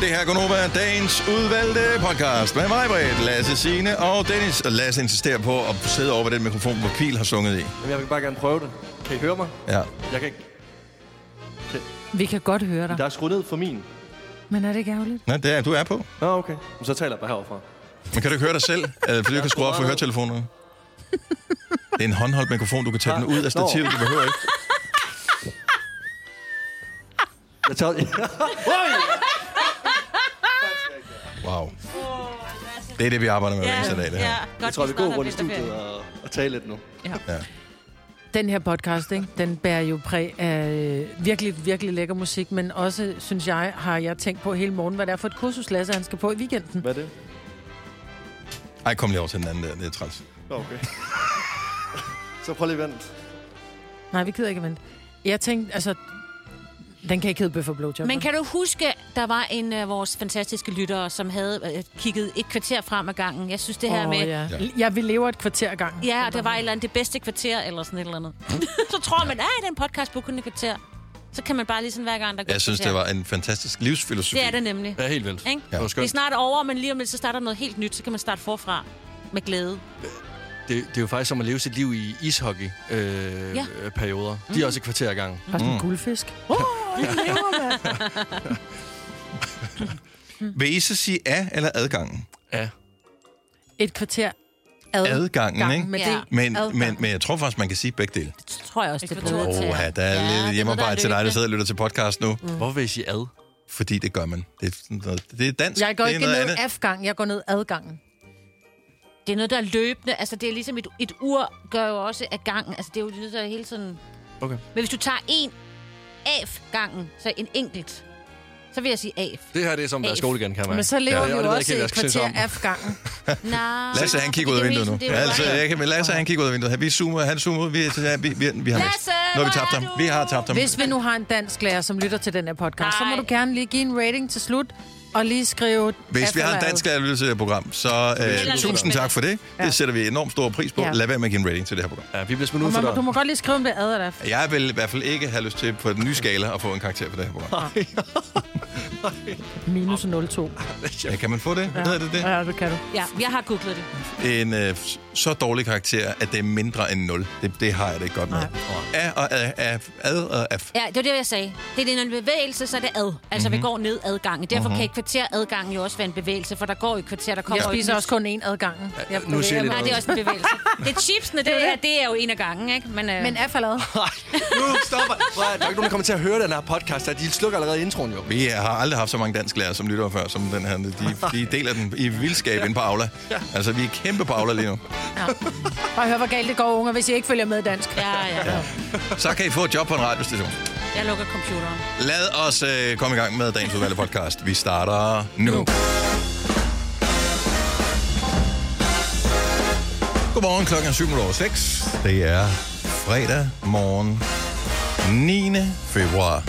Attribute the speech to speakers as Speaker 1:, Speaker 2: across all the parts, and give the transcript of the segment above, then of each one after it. Speaker 1: Det her er Gunova, dagens udvalgte podcast med mig, Britt, Lasse Signe og Dennis. Og Lasse insisterer på at sidde over ved den mikrofon, hvor Pil har sunget i.
Speaker 2: Jamen, jeg vil bare gerne prøve det. Kan I høre mig?
Speaker 1: Ja.
Speaker 2: Jeg kan ikke.
Speaker 3: Vi kan godt høre dig.
Speaker 2: Der er skruet ned for min.
Speaker 3: Men er det ikke ærgerligt?
Speaker 1: Nå, det er du er på.
Speaker 2: Nå, okay. Men så taler jeg bare heroverfra.
Speaker 1: Men kan du ikke høre dig selv? Øh, Fordi du kan skrue op for høretelefonerne. Det er en håndholdt mikrofon. Du kan tage den ud af stativet. Du behøver ikke.
Speaker 2: Jeg tager... Oj!
Speaker 1: Wow. Det er det, vi arbejder med hver eneste dag. Det her.
Speaker 4: godt,
Speaker 2: jeg tror, vi
Speaker 4: snart
Speaker 2: går
Speaker 4: har
Speaker 2: rundt i
Speaker 4: vinterferie.
Speaker 2: studiet og, og taler lidt nu.
Speaker 3: Den her podcast, ikke? den bærer jo præg af øh, virkelig, virkelig lækker musik, men også, synes jeg, har jeg tænkt på hele morgen, hvad det er for et kursus, Lasse han skal på i weekenden.
Speaker 2: Hvad er det?
Speaker 1: Ej, kom lige over til den anden der. Det er træls.
Speaker 2: Nå, okay. så prøv lige at vente.
Speaker 3: Nej, vi gider ikke at vente. Jeg tænkte, altså, den kan ikke hedde Bøf og Blowjob.
Speaker 4: Men kan du huske, der var en af vores fantastiske lyttere, som havde øh, kigget et kvarter frem ad gangen. Jeg synes det her
Speaker 3: Åh,
Speaker 4: med...
Speaker 3: Ja.
Speaker 1: Ja.
Speaker 3: ja, vi lever et kvarter gang.
Speaker 4: Ja, og der var et eller andet, det bedste kvarter, eller sådan et eller andet. så tror man, at den podcast på kun et kvarter. Så kan man bare lige sådan hver gang, der går
Speaker 1: Jeg
Speaker 4: et
Speaker 1: synes,
Speaker 4: kvarter.
Speaker 1: det var en fantastisk livsfilosofi.
Speaker 4: Det er det nemlig.
Speaker 5: Ja, helt vildt.
Speaker 4: Ikke?
Speaker 5: Ja. Det, var
Speaker 4: Det er
Speaker 5: skønt.
Speaker 4: snart over, men lige om lidt, så starter noget helt nyt. Så kan man starte forfra med glæde.
Speaker 5: Det, det er jo faktisk som at leve sit liv i ishockey-perioder. Øh,
Speaker 4: Ja.
Speaker 5: ja. perioder. De er også et kvarter Mm. gang.
Speaker 3: Og
Speaker 1: Mm.
Speaker 3: sådan Mm. en guldfisk. Åh, oh, jeg lever, mand.
Speaker 1: Vil I så sige af eller adgangen?
Speaker 5: Ja.
Speaker 3: Et kvarter ad.
Speaker 1: Adgangen,
Speaker 3: gang
Speaker 1: ikke?
Speaker 3: Med
Speaker 4: Ja.
Speaker 3: ja. det.
Speaker 1: Men,
Speaker 3: Adgang.
Speaker 1: men, men jeg tror faktisk, man kan sige begge dele.
Speaker 4: Det tror jeg også, det er
Speaker 1: Åh,
Speaker 4: blevet til.
Speaker 1: oh, der er
Speaker 4: det
Speaker 1: ja,
Speaker 4: noget,
Speaker 1: lidt hjemmearbejde til dig, der
Speaker 4: løbende.
Speaker 1: sidder og lytter til podcast nu.
Speaker 5: Mm. Hvorfor vil I sige ad?
Speaker 1: Fordi det gør man. Det er, sådan noget, det er
Speaker 4: Altså,
Speaker 1: dansk.
Speaker 3: Jeg går
Speaker 1: det er
Speaker 3: ikke ned af-gang, jeg går ned adgangen.
Speaker 4: Det er noget, der er løbende. Altså, det er ligesom et, et ur, gør jo også af gangen. Altså, det er jo noget, der er hele tiden...
Speaker 5: Okay.
Speaker 4: Men hvis du tager en af gangen, så en enkelt, så vil jeg sige af.
Speaker 5: Det her det er som, der er
Speaker 4: Af.
Speaker 5: skole igen, kan jeg
Speaker 3: Men
Speaker 5: mærke.
Speaker 3: så lever
Speaker 5: Ja,
Speaker 3: ja, vi
Speaker 5: og det ved
Speaker 3: jo
Speaker 5: jeg
Speaker 3: også
Speaker 5: ikke helt, hvad
Speaker 3: et
Speaker 5: jeg skal synge
Speaker 3: kvarter
Speaker 5: om.
Speaker 3: af-gangen.
Speaker 4: Nej.
Speaker 1: Lasse, han kigger ud af vinduet nu. Altså, jeg kan, men Lasse, han kigger ud af vinduet. Han- Vi zoomer, han zoomer ud. Vi, ja, vi, vi, vi har
Speaker 4: Lasse, hvor
Speaker 1: Når vi tabt
Speaker 4: er
Speaker 1: ham.
Speaker 4: du?
Speaker 1: Vi har tabt ham.
Speaker 3: Hvis vi nu har en dansk lærer, som lytter til den her podcast, så må
Speaker 4: Nej.
Speaker 3: du gerne lige give en rating til slut, og lige skrive...
Speaker 1: Hvis vi har en dansk analyseprogram, så øh,
Speaker 4: Eller
Speaker 1: tusind
Speaker 4: lytning.
Speaker 1: tak for det. Det sætter vi enormt stor pris på.
Speaker 3: Ja.
Speaker 1: Lad være med at give en rating til det her program.
Speaker 5: Ja, vi bliver smidt ud for
Speaker 3: Man, du
Speaker 5: døren.
Speaker 3: må godt lige skrive, om det er ad eller af.
Speaker 1: Jeg vil i hvert fald ikke have lyst til på den nye skala at få en karakter på det her program.
Speaker 3: Minus 0,2.
Speaker 1: Ja, kan man få det? Ja. Hedder det det?
Speaker 3: Ja, det kan du.
Speaker 4: Ja, jeg har googlet det.
Speaker 1: En øh, så dårlig karakter, at det er mindre end 0. Det, det har jeg det ikke godt med. A og A, A, ad og F.
Speaker 4: Ja, det var det, jeg sagde. Det er en bevægelse, så er det ad. Altså,
Speaker 5: Mhm.
Speaker 4: mm-hmm. vi går ned adgangen. Derfor mm-hmm. kan et kvarter adgangen jo også være en bevægelse, for der går jo et kvarter, der
Speaker 3: Jeg
Speaker 4: kommer jo et
Speaker 3: spiser
Speaker 4: nyt.
Speaker 3: også kun en adgangen. Jeg
Speaker 5: nu siger jeg lidt
Speaker 4: Nej, det er også en bevægelse. det er chipsene, det, er, det er jo en af gangen, ikke? Men, øh,
Speaker 3: Men af for lad.
Speaker 5: Nu stopper. Prøv, at- der er ikke nogen, der kommer til at høre den her podcast. her. De slukker allerede introen, jo.
Speaker 1: Vi øh, har aldrig haft så mange dansklærere som lyttere før, som den her. De, de deler den i vildskab inde på Aula. Altså, vi er kæmpe på Aula lige nu.
Speaker 3: Bare hør, hvor galt det går, unger, hvis I ikke følger med i dansk.
Speaker 4: ja, ja, ja.
Speaker 1: Så kan I få et job på en radiostation.
Speaker 4: Jeg lukker computeren.
Speaker 1: Lad os øh, komme i gang med dagens udvalgte podcast. Vi starter nu. Godmorgen, klokken er 7.06. Det er fredag morgen 9. februar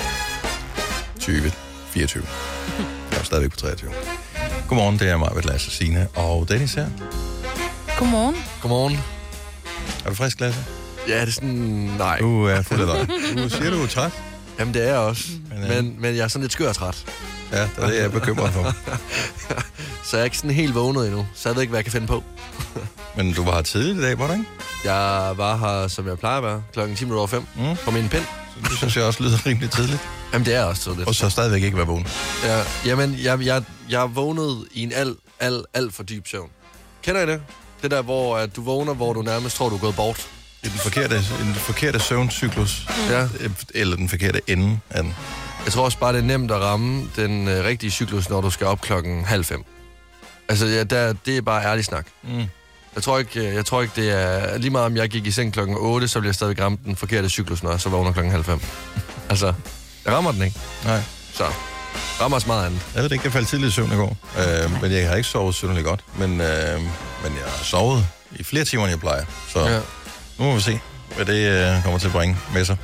Speaker 1: 2024. Jeg er stadigvæk på 23. Godmorgen, det er mig, Lasse Signe og Dennis her.
Speaker 3: Godmorgen.
Speaker 5: Godmorgen.
Speaker 1: Er du frisk, Lasse?
Speaker 5: Ja, det er sådan... Nej.
Speaker 1: Du er fuld af dig. Du siger, du er træt.
Speaker 5: Jamen, det er jeg også.
Speaker 1: Men, øh,
Speaker 5: Men, men jeg er sådan lidt skør og træt.
Speaker 1: Ja, det er det, jeg er bekymret for.
Speaker 5: Så jeg er ikke sådan helt vågnet endnu. Så jeg ved ikke, hvad jeg kan finde på.
Speaker 1: Men du var her tidligt i dag, var du ikke?
Speaker 5: Jeg var her, som jeg plejer at være, klokken 10 minutter over 5
Speaker 1: Mm.
Speaker 5: mm. på min pind.
Speaker 1: Det synes jeg også lyder rimelig tidligt.
Speaker 5: Jamen, det er også så lidt.
Speaker 1: Og så stadigvæk ikke være vågen.
Speaker 5: Ja, jamen, jeg, jeg, jeg vågnede i en al, al, al for dyb søvn. Kender I det? Det der, hvor at du vågner, hvor du nærmest tror, du er gået bort.
Speaker 1: Det er den forkerte, den forkerte søvncyklus,
Speaker 5: Ja.
Speaker 1: øh, eller den forkerte ende af den.
Speaker 5: Jeg tror også bare, det er nemt at ramme den øh, rigtige cyklus, når du skal op klokken halv fem. Altså, ja, der, det er bare ærlig snak.
Speaker 1: Mm.
Speaker 5: Jeg tror, ikke, øh, jeg tror ikke, det er... Lige meget om jeg gik i seng klokken 8, så ville jeg stadigvæk ramme den forkerte cyklus, når jeg så vågner klokken halv fem. Altså, jeg rammer den ikke.
Speaker 1: Nej,
Speaker 5: Så rammer også meget andet.
Speaker 1: jeg ved det ikke, jeg faldt tidligt i søvn i går. Øh, men jeg har ikke sovet synderligt godt. Men, øh, men jeg har sovet i flere timer, end jeg plejer. Så ja.
Speaker 5: Ja.
Speaker 1: nu må vi se, hvad det øh, kommer til at bringe med sig.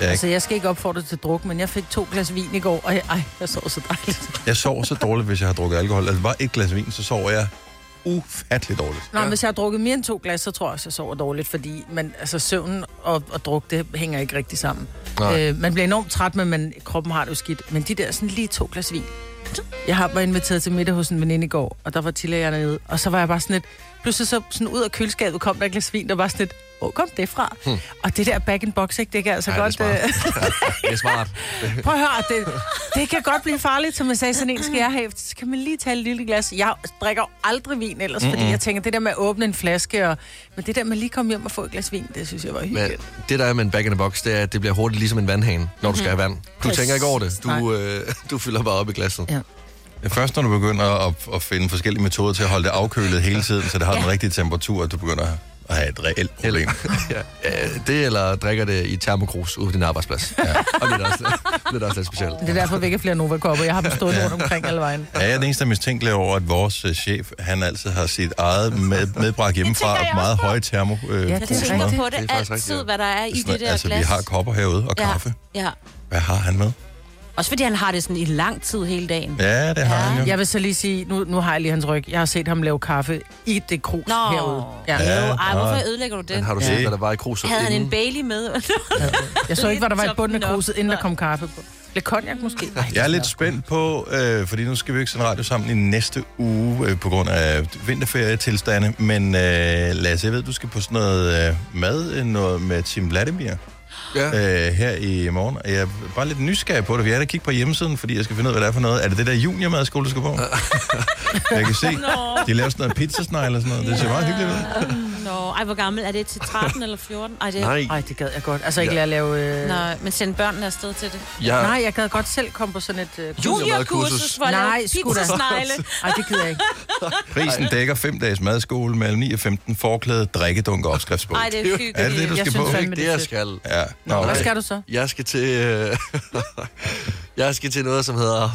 Speaker 1: Jeg, er
Speaker 3: Altså,
Speaker 1: ikke,
Speaker 3: jeg skal ikke opfordre til druk, men jeg fik to glas vin i går, og jeg, ej, jeg sov så dejligt.
Speaker 1: jeg sover så dårligt, hvis jeg har drukket alkohol. Altså bare et glas vin, så sover jeg ufattelig dårligt.
Speaker 3: Nå, men hvis jeg har drukket mere end to glas, så tror jeg også, jeg sover dårligt, fordi man, altså, søvn og, og druk, det hænger ikke rigtig sammen.
Speaker 5: Nej.
Speaker 3: Øh, man bliver enormt træt, men man, kroppen har det jo skidt. Men de der sådan lige to glas vin. Jeg har været inviteret til middag hos en veninde i går, og der var tillægerne nede, og så var jeg bare sådan lidt... Pludselig så sådan ud af køleskabet kom der et glas vin, der var sådan lidt... Hvor kom det fra? Hmm. Og det der back in box, ikke, det kan altså
Speaker 5: Ej,
Speaker 3: godt...
Speaker 5: det er
Speaker 3: øh,
Speaker 5: Det er smart.
Speaker 3: Prøv at høre, det, det kan godt blive farligt, som jeg sagde, sådan en skal jeg have. Så kan man lige tage et lille glas. Jeg drikker jo aldrig vin ellers, mm-hmm. fordi jeg tænker, det der med at åbne en flaske, og, men det der med lige at komme hjem og få et glas vin, det synes jeg var
Speaker 5: Men
Speaker 3: hyggeligt.
Speaker 5: det, der er med en back in the box, det er, at det bliver hurtigt ligesom en vandhane, når du skal have vand. Du tænker ikke over det. Du, øh, du fylder bare op i glasset.
Speaker 3: Ja.
Speaker 1: Først når du begynder at, at finde forskellige metoder til at holde det afkølet hele tiden, så det har den rigtige temperatur, at du begynder at have et reelt problem.
Speaker 5: Ja. Øh, Det eller drikker det i termokrus ude på din arbejdsplads. Ja. Og det er da også, det er da også lidt specielt.
Speaker 3: Det er derfor, vi ikke har flere Nova-kopper. Jeg har dem stående rundt omkring alle vejen.
Speaker 1: Er jeg den eneste, der er mistænkelig over, at vores øh, chef, han altid har sit eget med, medbragt hjemmefra
Speaker 4: tænker jeg
Speaker 1: og meget
Speaker 4: også på.
Speaker 1: høje termo øh,
Speaker 3: Ja,
Speaker 1: ja,
Speaker 3: det
Speaker 4: Jeg
Speaker 3: er
Speaker 4: tænker
Speaker 3: rigtigt.
Speaker 4: på det,
Speaker 5: Det er faktisk
Speaker 4: altid,
Speaker 5: rigtigt, ja.
Speaker 4: hvad der er i det der
Speaker 1: Altså,
Speaker 4: glas.
Speaker 1: vi har kopper herude og kaffe.
Speaker 4: Ja, ja.
Speaker 1: Hvad har han med?
Speaker 4: Også fordi han har det sådan i lang tid hele dagen.
Speaker 1: Ja, det har
Speaker 4: Ja.
Speaker 1: han jo.
Speaker 3: Jeg vil så lige sige, nu, nu har jeg lige hans ryg. Jeg har set ham lave kaffe i det krus
Speaker 4: Nå.
Speaker 3: herude. Ja.
Speaker 1: Ja.
Speaker 4: Jo, ej, hvorfor
Speaker 1: nej.
Speaker 4: ødelægger du det?
Speaker 5: Men har du
Speaker 1: Ja.
Speaker 5: set, hvad der var i kruset?
Speaker 4: Havde han en
Speaker 5: inden?
Speaker 4: Bailey med?
Speaker 3: Jeg så ikke, hvor der var i bunden af
Speaker 4: Toppen op.
Speaker 3: kruset, inden der kom kaffe på. Lidt cognac måske? Ej, det
Speaker 1: Jeg er
Speaker 3: smager
Speaker 1: lidt
Speaker 3: godt.
Speaker 1: spændt på, øh, fordi nu skal vi jo ikke sende radio sammen i næste uge, øh, på grund af vinterferietilstande, men øh, Lasse, jeg ved, du skal på sådan noget øh, mad, øh, noget med Tim Vladimir
Speaker 5: Ja.
Speaker 1: øh, her i morgen, og jeg er bare lidt nysgerrig på det, for jeg er kigge på hjemmesiden, fordi jeg skal finde ud af, hvad det er for noget. Er det det der juniormadskole, du skal på? jeg kan se, de laver sådan noget pizzasnegl eller sådan noget. Det ser meget hyggeligt ud.
Speaker 4: Nå, ej, hvor gammel er det? Til 13 eller 14? Ej, det...
Speaker 5: Nej,
Speaker 3: Ej, det gad jeg godt. Altså ikke
Speaker 5: Ja.
Speaker 3: lade at lave... Øh...
Speaker 4: Nej, men send børnene afsted til det.
Speaker 5: jeg,
Speaker 3: Nej, jeg gad godt selv komme på sådan et... Øh,
Speaker 5: Junior-
Speaker 4: Juniorkursus for at
Speaker 3: Nej,
Speaker 4: lave
Speaker 3: sgu da.
Speaker 4: pizzasnegle.
Speaker 3: Ej, det gider jeg ikke.
Speaker 1: Prisen dækker fem dages madskole med 9 og 15 forklæde, drikkedunk og opskriftsbog.
Speaker 4: Ej, det er hyggeligt.
Speaker 1: Er det det, du
Speaker 3: Jeg
Speaker 1: skal
Speaker 3: synes
Speaker 5: det
Speaker 1: på?
Speaker 5: er
Speaker 3: fandme,
Speaker 5: ikke det,
Speaker 3: det er
Speaker 5: jeg
Speaker 3: fedt.
Speaker 5: skal.
Speaker 1: Ja, nå,
Speaker 3: Hvad
Speaker 1: okay.
Speaker 3: skal du så?
Speaker 5: Jeg skal til... Øh, jeg skal til noget, som hedder...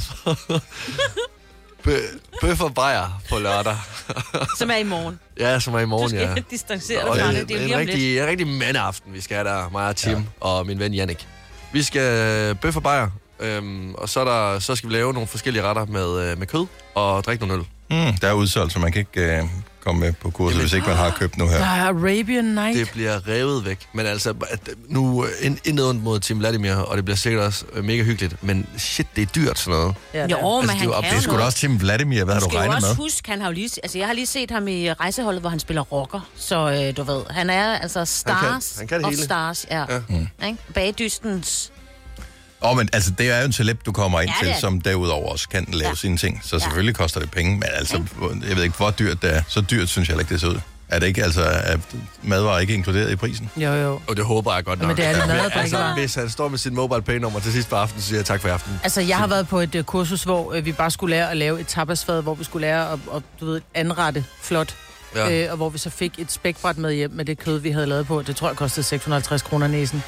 Speaker 5: Bø- Bøf og bajer på lørdag.
Speaker 4: Som er i morgen.
Speaker 5: Ja, som er i
Speaker 4: Du
Speaker 5: morgen, ja.
Speaker 4: skal distancere dig
Speaker 5: Og
Speaker 4: fra
Speaker 5: en-
Speaker 4: det. Det er jo
Speaker 5: en
Speaker 4: lige om lidt.
Speaker 5: rigtig, en rigtig mandeaften, vi skal have der, mig og Tim ja. og min ven Jannik. Vi skal bøf og bajer, øhm, og så, er der, så skal vi lave nogle forskellige retter med, øh, med kød og drikke nogle øl.
Speaker 1: Mm, der er udsolgt, så man kan ikke øh, komme med på kurset, hvis ikke man har købt nu her.
Speaker 3: Der er Arabian Night.
Speaker 5: Det bliver revet væk. Men altså, at nu øh, ind- intet ondt mod Tim Vladimir, og det bliver sikkert også øh, mega hyggeligt. Men shit, det er dyrt sådan noget.
Speaker 3: Ja, det
Speaker 4: Jo,
Speaker 3: er.
Speaker 4: men
Speaker 5: Altså, det
Speaker 4: han
Speaker 5: er jo-
Speaker 4: kan
Speaker 1: Det er
Speaker 4: jo
Speaker 1: sgu da
Speaker 4: noget.
Speaker 1: også Tim Vladimir, hvad har du
Speaker 4: skal jo
Speaker 1: regnet
Speaker 4: også
Speaker 1: med?
Speaker 4: huske, han har jo lige, altså jeg har lige set ham i rejseholdet, hvor han spiller rocker. Så øh, du ved, han er altså stars
Speaker 5: han kan det
Speaker 4: og
Speaker 5: hele.
Speaker 4: stars, ja. ja. Mm. Bagdystens.
Speaker 1: Åh, oh, men altså, det er jo en celeb, du kommer ind
Speaker 4: Ja,
Speaker 1: til,
Speaker 4: det er
Speaker 1: som derudover også kan lave ja.
Speaker 4: Ja.
Speaker 1: sine ting. Så selvfølgelig koster det penge, men altså, jeg ved ikke, hvor dyrt det er. Så dyrt synes jeg heller ikke, det ser ud. Er det ikke, altså, er madvarer ikke inkluderet i prisen?
Speaker 3: Jo, jo.
Speaker 5: Og det håber jeg godt nok.
Speaker 3: men det er det
Speaker 5: Ja,
Speaker 3: mad,
Speaker 5: men
Speaker 3: der ikke
Speaker 5: altså,
Speaker 3: var.
Speaker 5: hvis han står med sin mobile pay nummer til sidst på aftenen, så siger jeg tak for i aften.
Speaker 3: Altså, jeg har været på et øh, kursus, hvor øh, vi bare skulle lære at lave et tapasfad, hvor vi skulle lære at, at du ved, anrette flot.
Speaker 5: Ja.
Speaker 3: Ja. Øh, og hvor vi så fik et spækbræt med hjem med det kød, vi havde lavet på. Det tror jeg kostede 650 kroner næsen.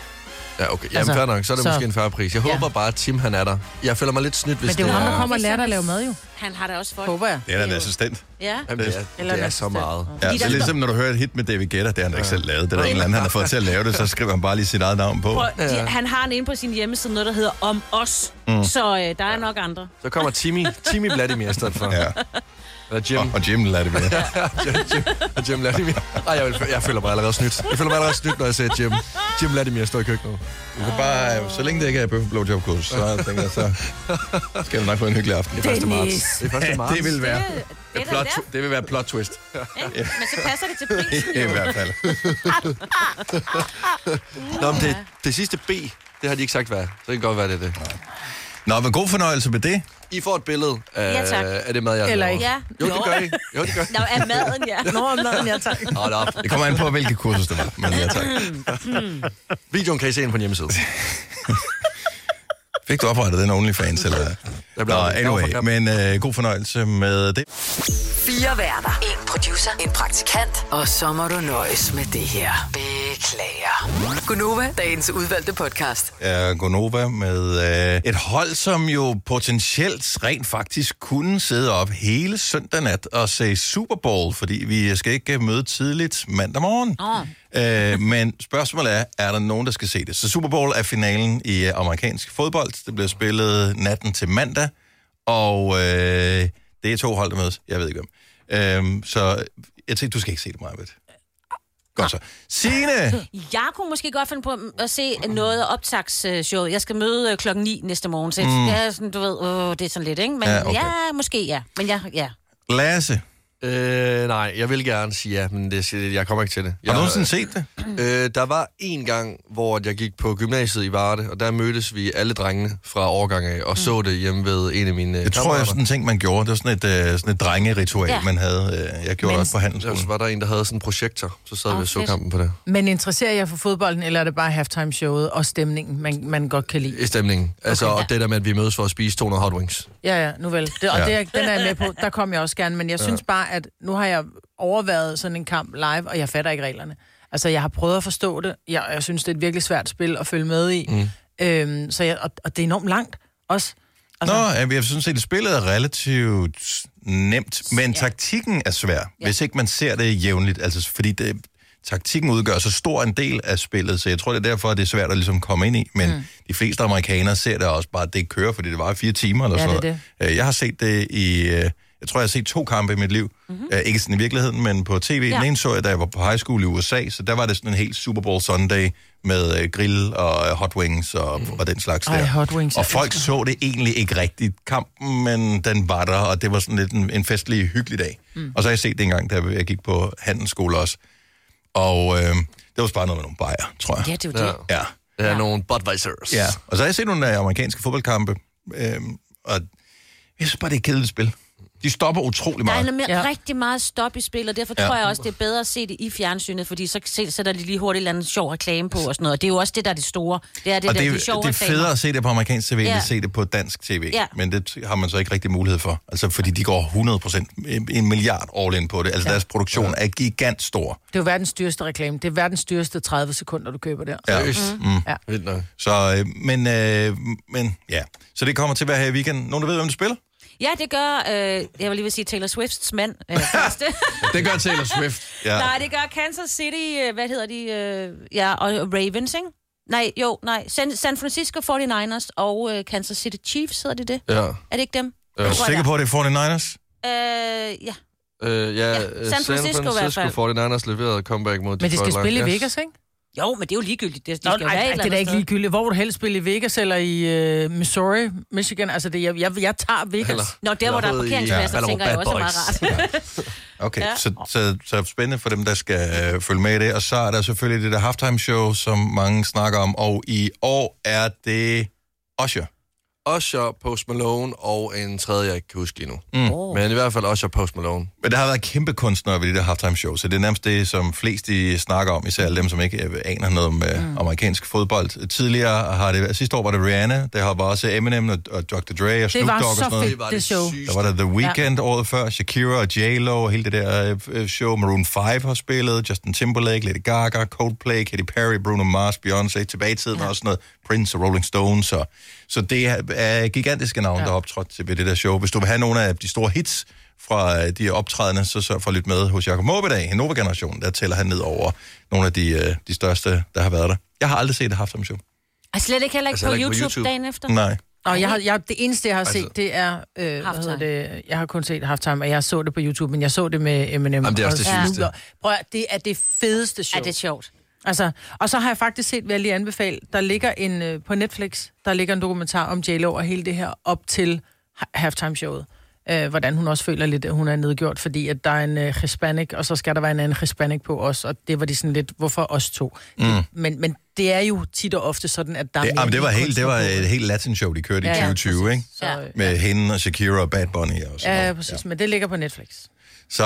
Speaker 5: Ja, okay. Jamen, altså,
Speaker 3: altså,
Speaker 5: fair nok. Så er det
Speaker 3: så-
Speaker 5: så... måske en færre pris. Jeg
Speaker 3: Ja.
Speaker 5: håber bare, at Tim han er der. Jeg føler mig lidt snydt, hvis
Speaker 3: Men det er jo
Speaker 5: det
Speaker 3: ham, der
Speaker 5: er-
Speaker 3: kommer og lærer dig at lave mad, jo.
Speaker 4: Han har da også folk.
Speaker 3: Håber jeg.
Speaker 1: Det er da en assistent.
Speaker 4: Ja.
Speaker 5: Jamen, det er,
Speaker 3: Eller
Speaker 5: det er
Speaker 3: hvad?
Speaker 5: så meget.
Speaker 1: Ja,
Speaker 4: Fordi
Speaker 1: det er
Speaker 4: der-
Speaker 1: ligesom, når du hører et hit med David Guetta, det har han da ikke selv lavet. Det er der en eller anden, han har fået til at lave det, så skriver han bare lige sit eget navn på.
Speaker 4: Prøv, de, han har en inde på sin hjemmeside, noget der hedder Om Os. Mm. Så øh, der er nok andre.
Speaker 5: Så kommer Timmy. Timmy Vladimir i stedet for.
Speaker 1: Ja.
Speaker 5: Eller Jim.
Speaker 1: Og, og Jim lader det med.
Speaker 5: Jim, Jim, Jim Vladimir. Ej, jeg, vil, jeg føler mig allerede snydt. Jeg føler mig allerede snydt, når jeg ser Jim. Jim Vladimir står i køkkenet.
Speaker 1: Du kan bare, øh, så længe det ikke er bøf blowjob kurs, så tænker jeg, så skal du nok få en hyggelig aften.
Speaker 5: Det er 1. marts. Det er 1. marts.
Speaker 1: Det vil være,
Speaker 4: Det, det,
Speaker 1: et
Speaker 4: er der
Speaker 1: plot,
Speaker 4: der,
Speaker 1: det vil være et plot twist.
Speaker 4: ikke? Men så passer det til prisen.
Speaker 1: I hvert fald.
Speaker 5: Nå, men det, det sidste B, det har de ikke sagt hvad. er. Så det kan godt være, det er det.
Speaker 1: Nå, men god fornøjelse med det.
Speaker 5: I får et billede af,
Speaker 4: Ja, tak.
Speaker 5: af det mad, jeg
Speaker 3: Eller
Speaker 5: laver.
Speaker 3: ikke.
Speaker 4: Ja.
Speaker 5: Jo, det gør I. Jo, det gør I.
Speaker 4: Nå, af maden, ja.
Speaker 3: Nå, om maden, jeg tager.
Speaker 5: Hold op.
Speaker 1: Det kommer an på, hvilke kursus det var. Men ja, tak.
Speaker 5: Videoen kan I se ind på en hjemmeside.
Speaker 1: Fik du oprettet den OnlyFans? Eller?
Speaker 5: Jeg
Speaker 1: Nå,
Speaker 5: blev- jeg var for
Speaker 1: anyway,
Speaker 5: gammel.
Speaker 1: men øh, god fornøjelse med det.
Speaker 6: Fire værter. En producer. En praktikant. Og så må du nøjes med det her. Beklager. Gunova, dagens udvalgte podcast.
Speaker 1: er Gonova med øh, et hold, som jo potentielt rent faktisk kunne sidde op hele søndag nat og se Super Bowl, fordi vi skal ikke øh, møde tidligt mandag morgen. Oh. Øh, men spørgsmålet er, er der nogen, der skal se det? Så Super Bowl er finalen i øh, amerikansk fodbold. Det bliver spillet natten til mandag, og øh, det er to hold, der mødes. Jeg ved ikke om. Øhm, så jeg tænkte, du skal ikke se det, Marvitt. Godt så. Signe!
Speaker 4: Jeg kunne måske godt finde på at se noget af optagsshow. Jeg skal møde øh, klokken 9 næste morgen, så mm. det er sådan, du ved, åh, det er sådan lidt, ikke? Men
Speaker 1: Ja,
Speaker 4: ja,
Speaker 1: okay.
Speaker 4: okay. ja måske ja. Men ja, ja.
Speaker 1: Lasse,
Speaker 5: Øh, nej, jeg vil gerne sige ja, men det, jeg kommer ikke til det.
Speaker 1: har
Speaker 5: Jeg,
Speaker 1: du nogensinde set det?
Speaker 5: Øh, der var en gang, hvor jeg gik på gymnasiet i Varde, og der mødtes vi alle drengene fra årgang af, og
Speaker 4: Mm.
Speaker 5: så det hjemme ved en af mine
Speaker 1: Jeg tror, det er sådan en ting, man gjorde. Det var sådan et, øh, sådan et drenge-ritual, ja.
Speaker 4: Ja.
Speaker 1: man havde. Øh, jeg gjorde det også på
Speaker 5: Og så
Speaker 1: handelsskolen.
Speaker 5: var der en, der havde sådan en projektor, så sad vi
Speaker 4: Åh,
Speaker 5: og så
Speaker 4: fedt.
Speaker 5: kampen på det.
Speaker 3: Men interesserer jeg for fodbolden, eller er det bare halftime-showet og stemningen, man, man godt kan lide?
Speaker 5: I stemningen. Altså, okay, og det der med, at vi mødes for at spise 200 hot wings.
Speaker 3: Ja, ja, nu vel. Det, og
Speaker 1: Ja.
Speaker 3: ja. det, er- den er jeg med på. Der kom jeg også gerne, men jeg synes bare, at nu har jeg overværet sådan en kamp live, og jeg fatter ikke reglerne. Altså, jeg har prøvet at forstå det. Jeg, jeg synes, det er et virkelig svært spil at følge med i. Mm. Øhm, så jeg, og, og det er enormt langt også.
Speaker 1: Nå,
Speaker 3: Altså,
Speaker 1: ja, jeg synes, at spillet er relativt nemt, men ja. taktikken er svær, ja. hvis ikke man ser det jævnligt. Altså, fordi det, taktikken udgør så stor en del af spillet, så jeg tror, det er derfor, at det er svært at ligesom komme ind i. Men mm. de fleste amerikanere ser det også bare, at det kører, fordi det var fire timer eller
Speaker 3: Ja,
Speaker 1: sådan
Speaker 3: det er
Speaker 1: noget. Øh, Jeg har set det i... øh, Jeg tror, jeg har set to kampe i mit liv.
Speaker 3: Mhm.
Speaker 1: Mm-hmm. Ikke sådan i virkeligheden, men på tv. Ja. Den
Speaker 4: Ja.
Speaker 1: ene så jeg, da jeg var på high school i USA, så der var det sådan en helt Super Bowl Sunday med øh, grill og øh, hot wings og, mm. og den slags
Speaker 3: Ej,
Speaker 1: der.
Speaker 3: hot wings,
Speaker 1: og
Speaker 3: jeg
Speaker 1: folk så det egentlig ikke rigtigt, kampen, men den var der, og det var sådan lidt en, en festlig, hyggelig dag. Mm. Og så har jeg set det engang, da jeg gik på handelsskole også. Og øh, det var bare noget med nogle bajer, tror jeg.
Speaker 4: Ja, det er jo det.
Speaker 1: Ja.
Speaker 5: Der er ja. nogle Budweiser's.
Speaker 1: ja. Og så har jeg set nogle af amerikanske fodboldkampe, øh, og jeg synes bare, det er et kedeligt spil. De stopper utrolig
Speaker 4: Der er
Speaker 1: meget.
Speaker 4: nemlig
Speaker 3: Ja.
Speaker 4: ja. rigtig meget stop i spillet, og derfor
Speaker 1: Ja.
Speaker 4: ja. tror jeg også, det er bedre at se det i fjernsynet, fordi så se- sætter de lige hurtigt en eller anden sjov reklame på og sådan noget. Og det er jo også det, der er det store. Det er det,
Speaker 1: og
Speaker 4: der,
Speaker 1: det,
Speaker 4: de sjove
Speaker 1: det er
Speaker 4: reklamer.
Speaker 1: federe at se det på amerikansk tv, end
Speaker 4: Ja.
Speaker 1: at se det på dansk tv.
Speaker 4: Ja.
Speaker 1: Men det har man så ikke rigtig mulighed for. Altså, fordi de går 100%, en- en milliard all in på det. Altså, ja. deres produktion er gigant stor.
Speaker 3: det er jo verdens dyreste reklame. Det er verdens dyreste 30 sekunder, du køber der.
Speaker 1: Ja.
Speaker 4: Mm-hmm.
Speaker 5: Seriøst?
Speaker 4: Mhm.
Speaker 1: Mm.
Speaker 3: Ja.
Speaker 5: Vildt nok.
Speaker 1: Så, øh, men, øh, men ja. Så det kommer til at være her i weekenden. Nogen, der ved, hvem der spiller?
Speaker 4: Ja, det gør, øh, jeg vil lige vil sige, Taylor Swifts mand. Øh, første.
Speaker 5: Det gør Taylor Swift.
Speaker 1: Ja.
Speaker 4: Nej, det gør Kansas City, øh, hvad hedder de? Øh, ja, og Ravens, ikke? Nej, jo, nej. San, San Francisco 49ers og øh, Kansas City Chiefs, hedder det det?
Speaker 5: Ja.
Speaker 4: Er det ikke dem?
Speaker 1: Er
Speaker 4: Jeg
Speaker 1: du
Speaker 4: tror,
Speaker 1: sikker
Speaker 4: det
Speaker 1: på, at det er 49ers?
Speaker 4: er. Øh, ja.
Speaker 5: Øh, ja,
Speaker 4: Ja,
Speaker 5: øh,
Speaker 4: San Francisco i hvert fald.
Speaker 5: 49ers leverede comeback mod
Speaker 3: Men de skal
Speaker 5: Detroit
Speaker 3: spille i
Speaker 5: Lions.
Speaker 3: Vegas, ikke?
Speaker 4: Jo, men det er jo ligegyldigt. Det, de
Speaker 3: Nå,
Speaker 4: skal jo
Speaker 3: nej,
Speaker 4: være et
Speaker 3: nej,
Speaker 4: eller
Speaker 3: det er da
Speaker 4: andet
Speaker 3: ikke
Speaker 4: sted.
Speaker 3: ligegyldigt. Hvor vil du helst spille i Vegas eller i øh, Missouri, Michigan? Altså, det, jeg, jeg, jeg tager Vegas.
Speaker 5: Eller-
Speaker 4: Nå, der hvor der er
Speaker 5: Eller-
Speaker 4: parkeringspladser,
Speaker 5: Ja.
Speaker 4: ja, tænker jeg også er
Speaker 5: Ballerup
Speaker 4: meget
Speaker 5: Bad
Speaker 4: rart.
Speaker 1: Okay, ja.
Speaker 4: Ja.
Speaker 1: så, så, så spændende for dem, der skal øh, følge med i det. Og så er der selvfølgelig det der halftime-show, som mange snakker om. Og i år er det Usher.
Speaker 5: Usher, Post Malone og en tredje, jeg ikke kan huske lige nu.
Speaker 1: Mm.
Speaker 5: Men i hvert fald Usher, Post Malone.
Speaker 1: Men der har været kæmpe kunstnere ved de der halftime show, så det er nærmest det, som flest de snakker om, især alle dem, som ikke øh, aner noget om øh,
Speaker 3: Mm.
Speaker 1: amerikansk fodbold. Tidligere har det, sidste år var det Rihanna, der var også Eminem og, og Dr. Dre og Snoop
Speaker 3: var
Speaker 1: Dogg og
Speaker 3: så
Speaker 1: sådan noget.
Speaker 3: fedt. Det show.
Speaker 5: sygeste.
Speaker 1: Der var der The Weeknd ja. året før, Shakira og J-Lo og hele det der øh, øh, show. Maroon 5 har spillet, Justin Timberlake, Lady Gaga, Coldplay, Katy Perry, Bruno Mars, Beyoncé. Tilbage i tiden ja. også noget Prince og Rolling Stones. Og, så det er, er gigantiske navne, ja. der er optrådt til ved det der show. Hvis du vil have nogle af de store hits fra øh, de optrædende, så sørg for at lytte med hos Jacob Måbe i dag. I Nova-generationen, der tæller han ned over nogle af de, øh, de største, der har været der. Jeg har aldrig set det haft som show.
Speaker 4: Og slet ikke heller ikke
Speaker 5: Altså,
Speaker 4: på,
Speaker 5: heller ikke på
Speaker 4: YouTube,
Speaker 5: YouTube.
Speaker 4: dagen efter.
Speaker 1: Nej.
Speaker 3: Nå, jeg har, jeg, det eneste, jeg har altså, set, det er... Øh, hvad
Speaker 4: Halftime.
Speaker 3: hedder det? Jeg har kun set Halftime, og jeg så det på YouTube, men jeg så det med Eminem.
Speaker 5: det er også det
Speaker 3: og Snoop
Speaker 5: sygeste.
Speaker 3: Dogg. Prøv at, det er det fedeste show.
Speaker 4: Er det sjovt?
Speaker 3: Altså, og så har jeg faktisk set, hvad jeg lige anbefale, der ligger en, øh, på Netflix, der ligger en dokumentar om J-Lo og hele det her op til ha- halftime-showet. Øh, hvordan hun også føler lidt, at hun er nedgjort, fordi at der er en øh, hispanic, og så skal der være en anden hispanic på os, og det var de sådan lidt, hvorfor os to? Mm. Men, men det er jo tit og ofte sådan, at der
Speaker 1: Det,
Speaker 3: mere
Speaker 1: jamen, det, var
Speaker 3: en
Speaker 1: helt, det var
Speaker 3: kunstner på.
Speaker 1: et helt latin show, de kørte
Speaker 3: Ja,
Speaker 1: i
Speaker 3: ja,
Speaker 1: 2020, ikke?
Speaker 3: Så, øh,
Speaker 1: Med hende og Shakira og Bad Bunny og sådan
Speaker 3: Ja,
Speaker 1: noget.
Speaker 3: præcis, ja. men det ligger på Netflix.
Speaker 1: Så,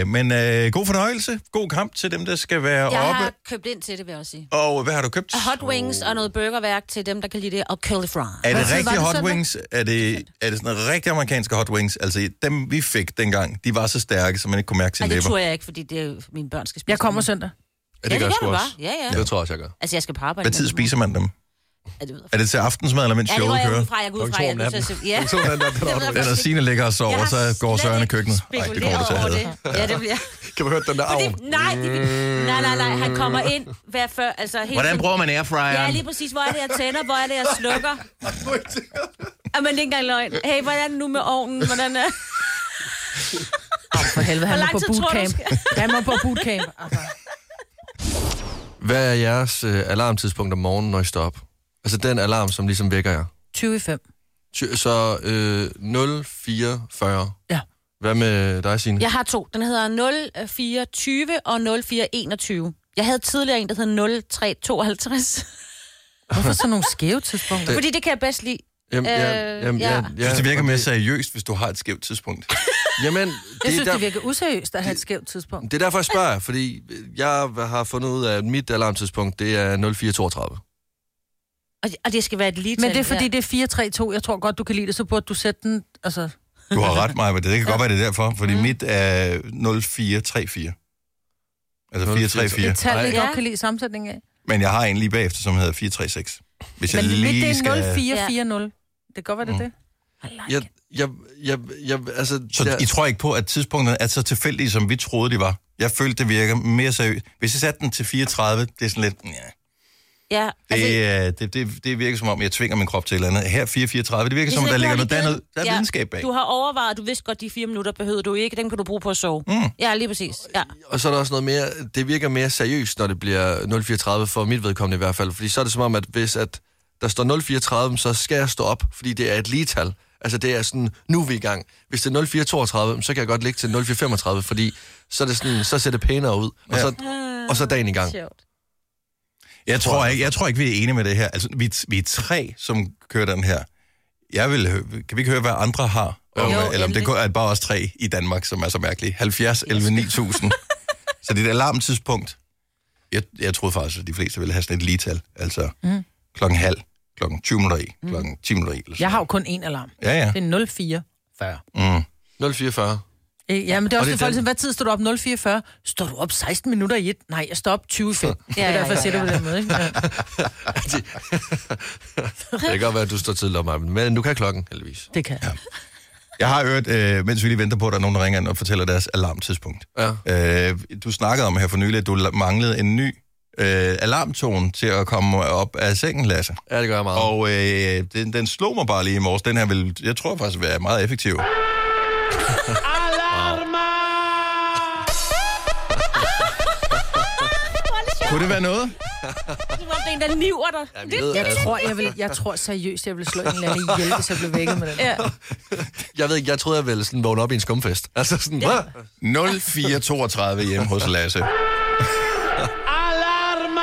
Speaker 1: øh, men øh, god fornøjelse. God kamp til dem, der skal være
Speaker 4: Jeg
Speaker 1: oppe.
Speaker 4: har købt ind til det, vil jeg også sige.
Speaker 1: Og hvad har du købt?
Speaker 4: Hot wings og noget burgerværk til dem, der kan lide det, og curly fries.
Speaker 1: Er det
Speaker 3: Hvad var
Speaker 1: rigtige
Speaker 3: det
Speaker 1: hot
Speaker 3: så, hvad?
Speaker 1: wings? Er det, er det sådan noget rigtig amerikanske hot wings? Altså dem, vi fik dengang, de var så stærke, så man ikke kunne mærke
Speaker 4: Ej,
Speaker 1: sine
Speaker 4: det
Speaker 1: læber.
Speaker 4: tror jeg ikke, fordi det er, mine børn skal spise.
Speaker 3: Jeg kommer
Speaker 4: dem.
Speaker 3: søndag.
Speaker 5: Ja,
Speaker 4: Ja, det
Speaker 5: jeg
Speaker 4: gør
Speaker 5: sgu
Speaker 4: du
Speaker 5: også.
Speaker 4: bare. Ja, ja.
Speaker 5: Det tror jeg også, jeg gør.
Speaker 4: Altså, jeg skal på arbejde.
Speaker 1: Hvad
Speaker 4: med
Speaker 1: tid
Speaker 4: dem.
Speaker 1: spiser man dem?
Speaker 4: Ja, det ved jeg.
Speaker 1: Er det til aftensmad, eller mens
Speaker 4: Ja, det går
Speaker 1: showet
Speaker 4: jeg
Speaker 1: kører?
Speaker 4: ud fra, jeg går ud fra, jeg er nødt til at se- Ja.
Speaker 1: Eller Signe ligger og sover, så går Søren i køkkenet. Nej,
Speaker 4: Nej,
Speaker 1: det kommer du til at have.
Speaker 4: Ja, det bliver
Speaker 5: Kan man høre den der
Speaker 4: Fordi,
Speaker 5: arv?
Speaker 4: nej, det, nej, nej, nej, han kommer ind hver før, altså helt
Speaker 1: Hvordan bruger man airfryeren?
Speaker 4: Ja, lige præcis, hvor er det, jeg tænder, hvor er det, jeg slukker? Jamen, det er ikke engang løgn. Hey, hvordan er det nu med ovnen? Hvordan er... Åh, for
Speaker 3: for helvede, han
Speaker 4: Hvor
Speaker 3: må
Speaker 4: lang
Speaker 3: på
Speaker 4: tid tror du,
Speaker 3: bootcamp. Han må på bootcamp.
Speaker 5: Hvad er jeres øh, alarmtidspunkt om morgenen, når I står op? Altså den alarm, som ligesom vækker jer.
Speaker 3: 20 i 5.
Speaker 5: Ty- Så øh, 0440.
Speaker 3: Ja.
Speaker 5: Hvad med dig, Signe?
Speaker 4: Jeg har to. Den hedder 0420 og 0421. Jeg havde tidligere en, der hed 0352.
Speaker 3: Hvorfor så nogle skæve tidspunkter?
Speaker 5: Det-
Speaker 4: Fordi det kan jeg bedst lide.
Speaker 5: Jamen,
Speaker 4: Øh, ja.
Speaker 1: Jeg synes, det virker
Speaker 5: og
Speaker 1: mere seriøst, hvis du har et skævt tidspunkt.
Speaker 3: Jeg
Speaker 5: Jamen, det,
Speaker 3: synes,
Speaker 5: er der,
Speaker 3: det virker useriøst at have et skævt tidspunkt.
Speaker 5: det er derfor, jeg spørger, fordi jeg har fundet ud af, at mit alarmtidspunkt, det er 0432.
Speaker 4: Og, og det skal være et lige
Speaker 3: Men det er fordi, det er 432. Jeg tror godt, du kan lide det, så burde du sætte den... Altså,
Speaker 1: Du har ret, Maja, men det kan godt være, det er derfor, fordi mm. mit er 0434. Altså 434.
Speaker 3: et tal, jeg
Speaker 4: Ej.
Speaker 3: godt kan lide sammensætningen af.
Speaker 1: Men jeg har en lige bagefter, som hedder 436. Hvis jeg
Speaker 3: Men mit, det
Speaker 1: lige
Speaker 3: er
Speaker 1: skal...
Speaker 3: 0440. Det kan godt være,
Speaker 5: Mm.
Speaker 3: det er det.
Speaker 5: Jeg, jeg, jeg, jeg, altså,
Speaker 1: Så
Speaker 5: jeg,
Speaker 1: I tror ikke på, at tidspunkterne er så tilfældige, som vi troede, de var? Jeg følte, det virker mere seriøst. Hvis jeg satte den til 34, det er sådan lidt... Ja.
Speaker 4: Ja, altså,
Speaker 1: Det, er- det, det, det virker som om, jeg tvinger min krop til et eller andet. Her 434, det virker som om, der
Speaker 4: sådan, du har
Speaker 1: ligger noget, der er,
Speaker 4: lige
Speaker 1: noget, der er
Speaker 4: givet-
Speaker 1: videnskab bag.
Speaker 4: Du har overvejet, du vidste godt, de fire minutter behøvede du ikke. Den kan du bruge på at sove. Mm. Ja, lige præcis. Ja.
Speaker 5: og så er der også noget mere, det virker mere seriøst, når det bliver 034 for mit vedkommende i hvert fald, fordi så er det som om, at hvis at der står 034, så skal jeg stå op, fordi det er et ligetal. Altså det er sådan, nu er vi i gang. Hvis det er 0432, så kan jeg godt ligge til 0435, fordi så, er det sådan, så ser det pænere ud, og,
Speaker 1: Ja.
Speaker 5: så, og så er dagen i gang.
Speaker 4: Sjovt.
Speaker 1: Jeg tror, ikke, jeg tror ikke, vi er enige med det her. Altså, vi, er- vi er tre, som kører den her. Jeg vil, hø- kan vi ikke høre, hvad andre har? Om,
Speaker 4: Jo,
Speaker 1: jo, eller om det
Speaker 4: endelig.
Speaker 1: kun er bare os tre i Danmark, som er så mærkelige. 70, 11, 9000. så det er et alarmtidspunkt. Jeg, jeg troede faktisk, at de fleste ville have sådan et ligetal. Altså mm. klokken halv, klokken 20 minutter
Speaker 4: Mm.
Speaker 1: i, klokken 10 minutter i. Eller sådan.
Speaker 3: Jeg har jo kun én alarm.
Speaker 1: Ja, ja.
Speaker 3: Det er 0440.
Speaker 1: Mm.
Speaker 5: 0440.
Speaker 3: Øh, Ja, men det er også
Speaker 5: det er
Speaker 3: det, folk
Speaker 5: den-
Speaker 3: siger, hvad tid står du op? 0440? Står du op 16 minutter i et? Nej, jeg står op 20.05. Ja, det er
Speaker 4: ja,
Speaker 3: derfor, jeg
Speaker 4: ja,
Speaker 3: siger det på
Speaker 4: ja.
Speaker 3: den måde. Ikke? Ja.
Speaker 5: Det kan godt være, at du står tidligere om aftenen, men du kan klokken, heldigvis.
Speaker 3: Det kan jeg.
Speaker 1: Jeg har hørt, øh, mens vi lige venter på, at der er nogen, der ringer ind og fortæller deres alarmtidspunkt.
Speaker 5: Ja.
Speaker 1: Øh, du snakkede om her for nylig, at du la- manglede en ny øh, alarmtone til at komme op af sengen, Lasse.
Speaker 5: Ja, det gør jeg meget. Og...
Speaker 1: Og øh, den, den slog mig bare lige i morges. Den her vil, jeg tror faktisk, være meget effektiv. Kunne det være noget?
Speaker 4: Det var en, der niver dig.
Speaker 5: Jeg, ved,
Speaker 3: Jeg
Speaker 5: altså,
Speaker 3: tror, jeg, vil, jeg tror seriøst, jeg vil slå en eller anden ihjel, hvis jeg blev vækket med den. Ja.
Speaker 5: jeg ved ikke, jeg troede, jeg ville sådan vågne op i en skumfest. Altså sådan, ja.
Speaker 1: 0432 hjemme hos Lasse. Alarma!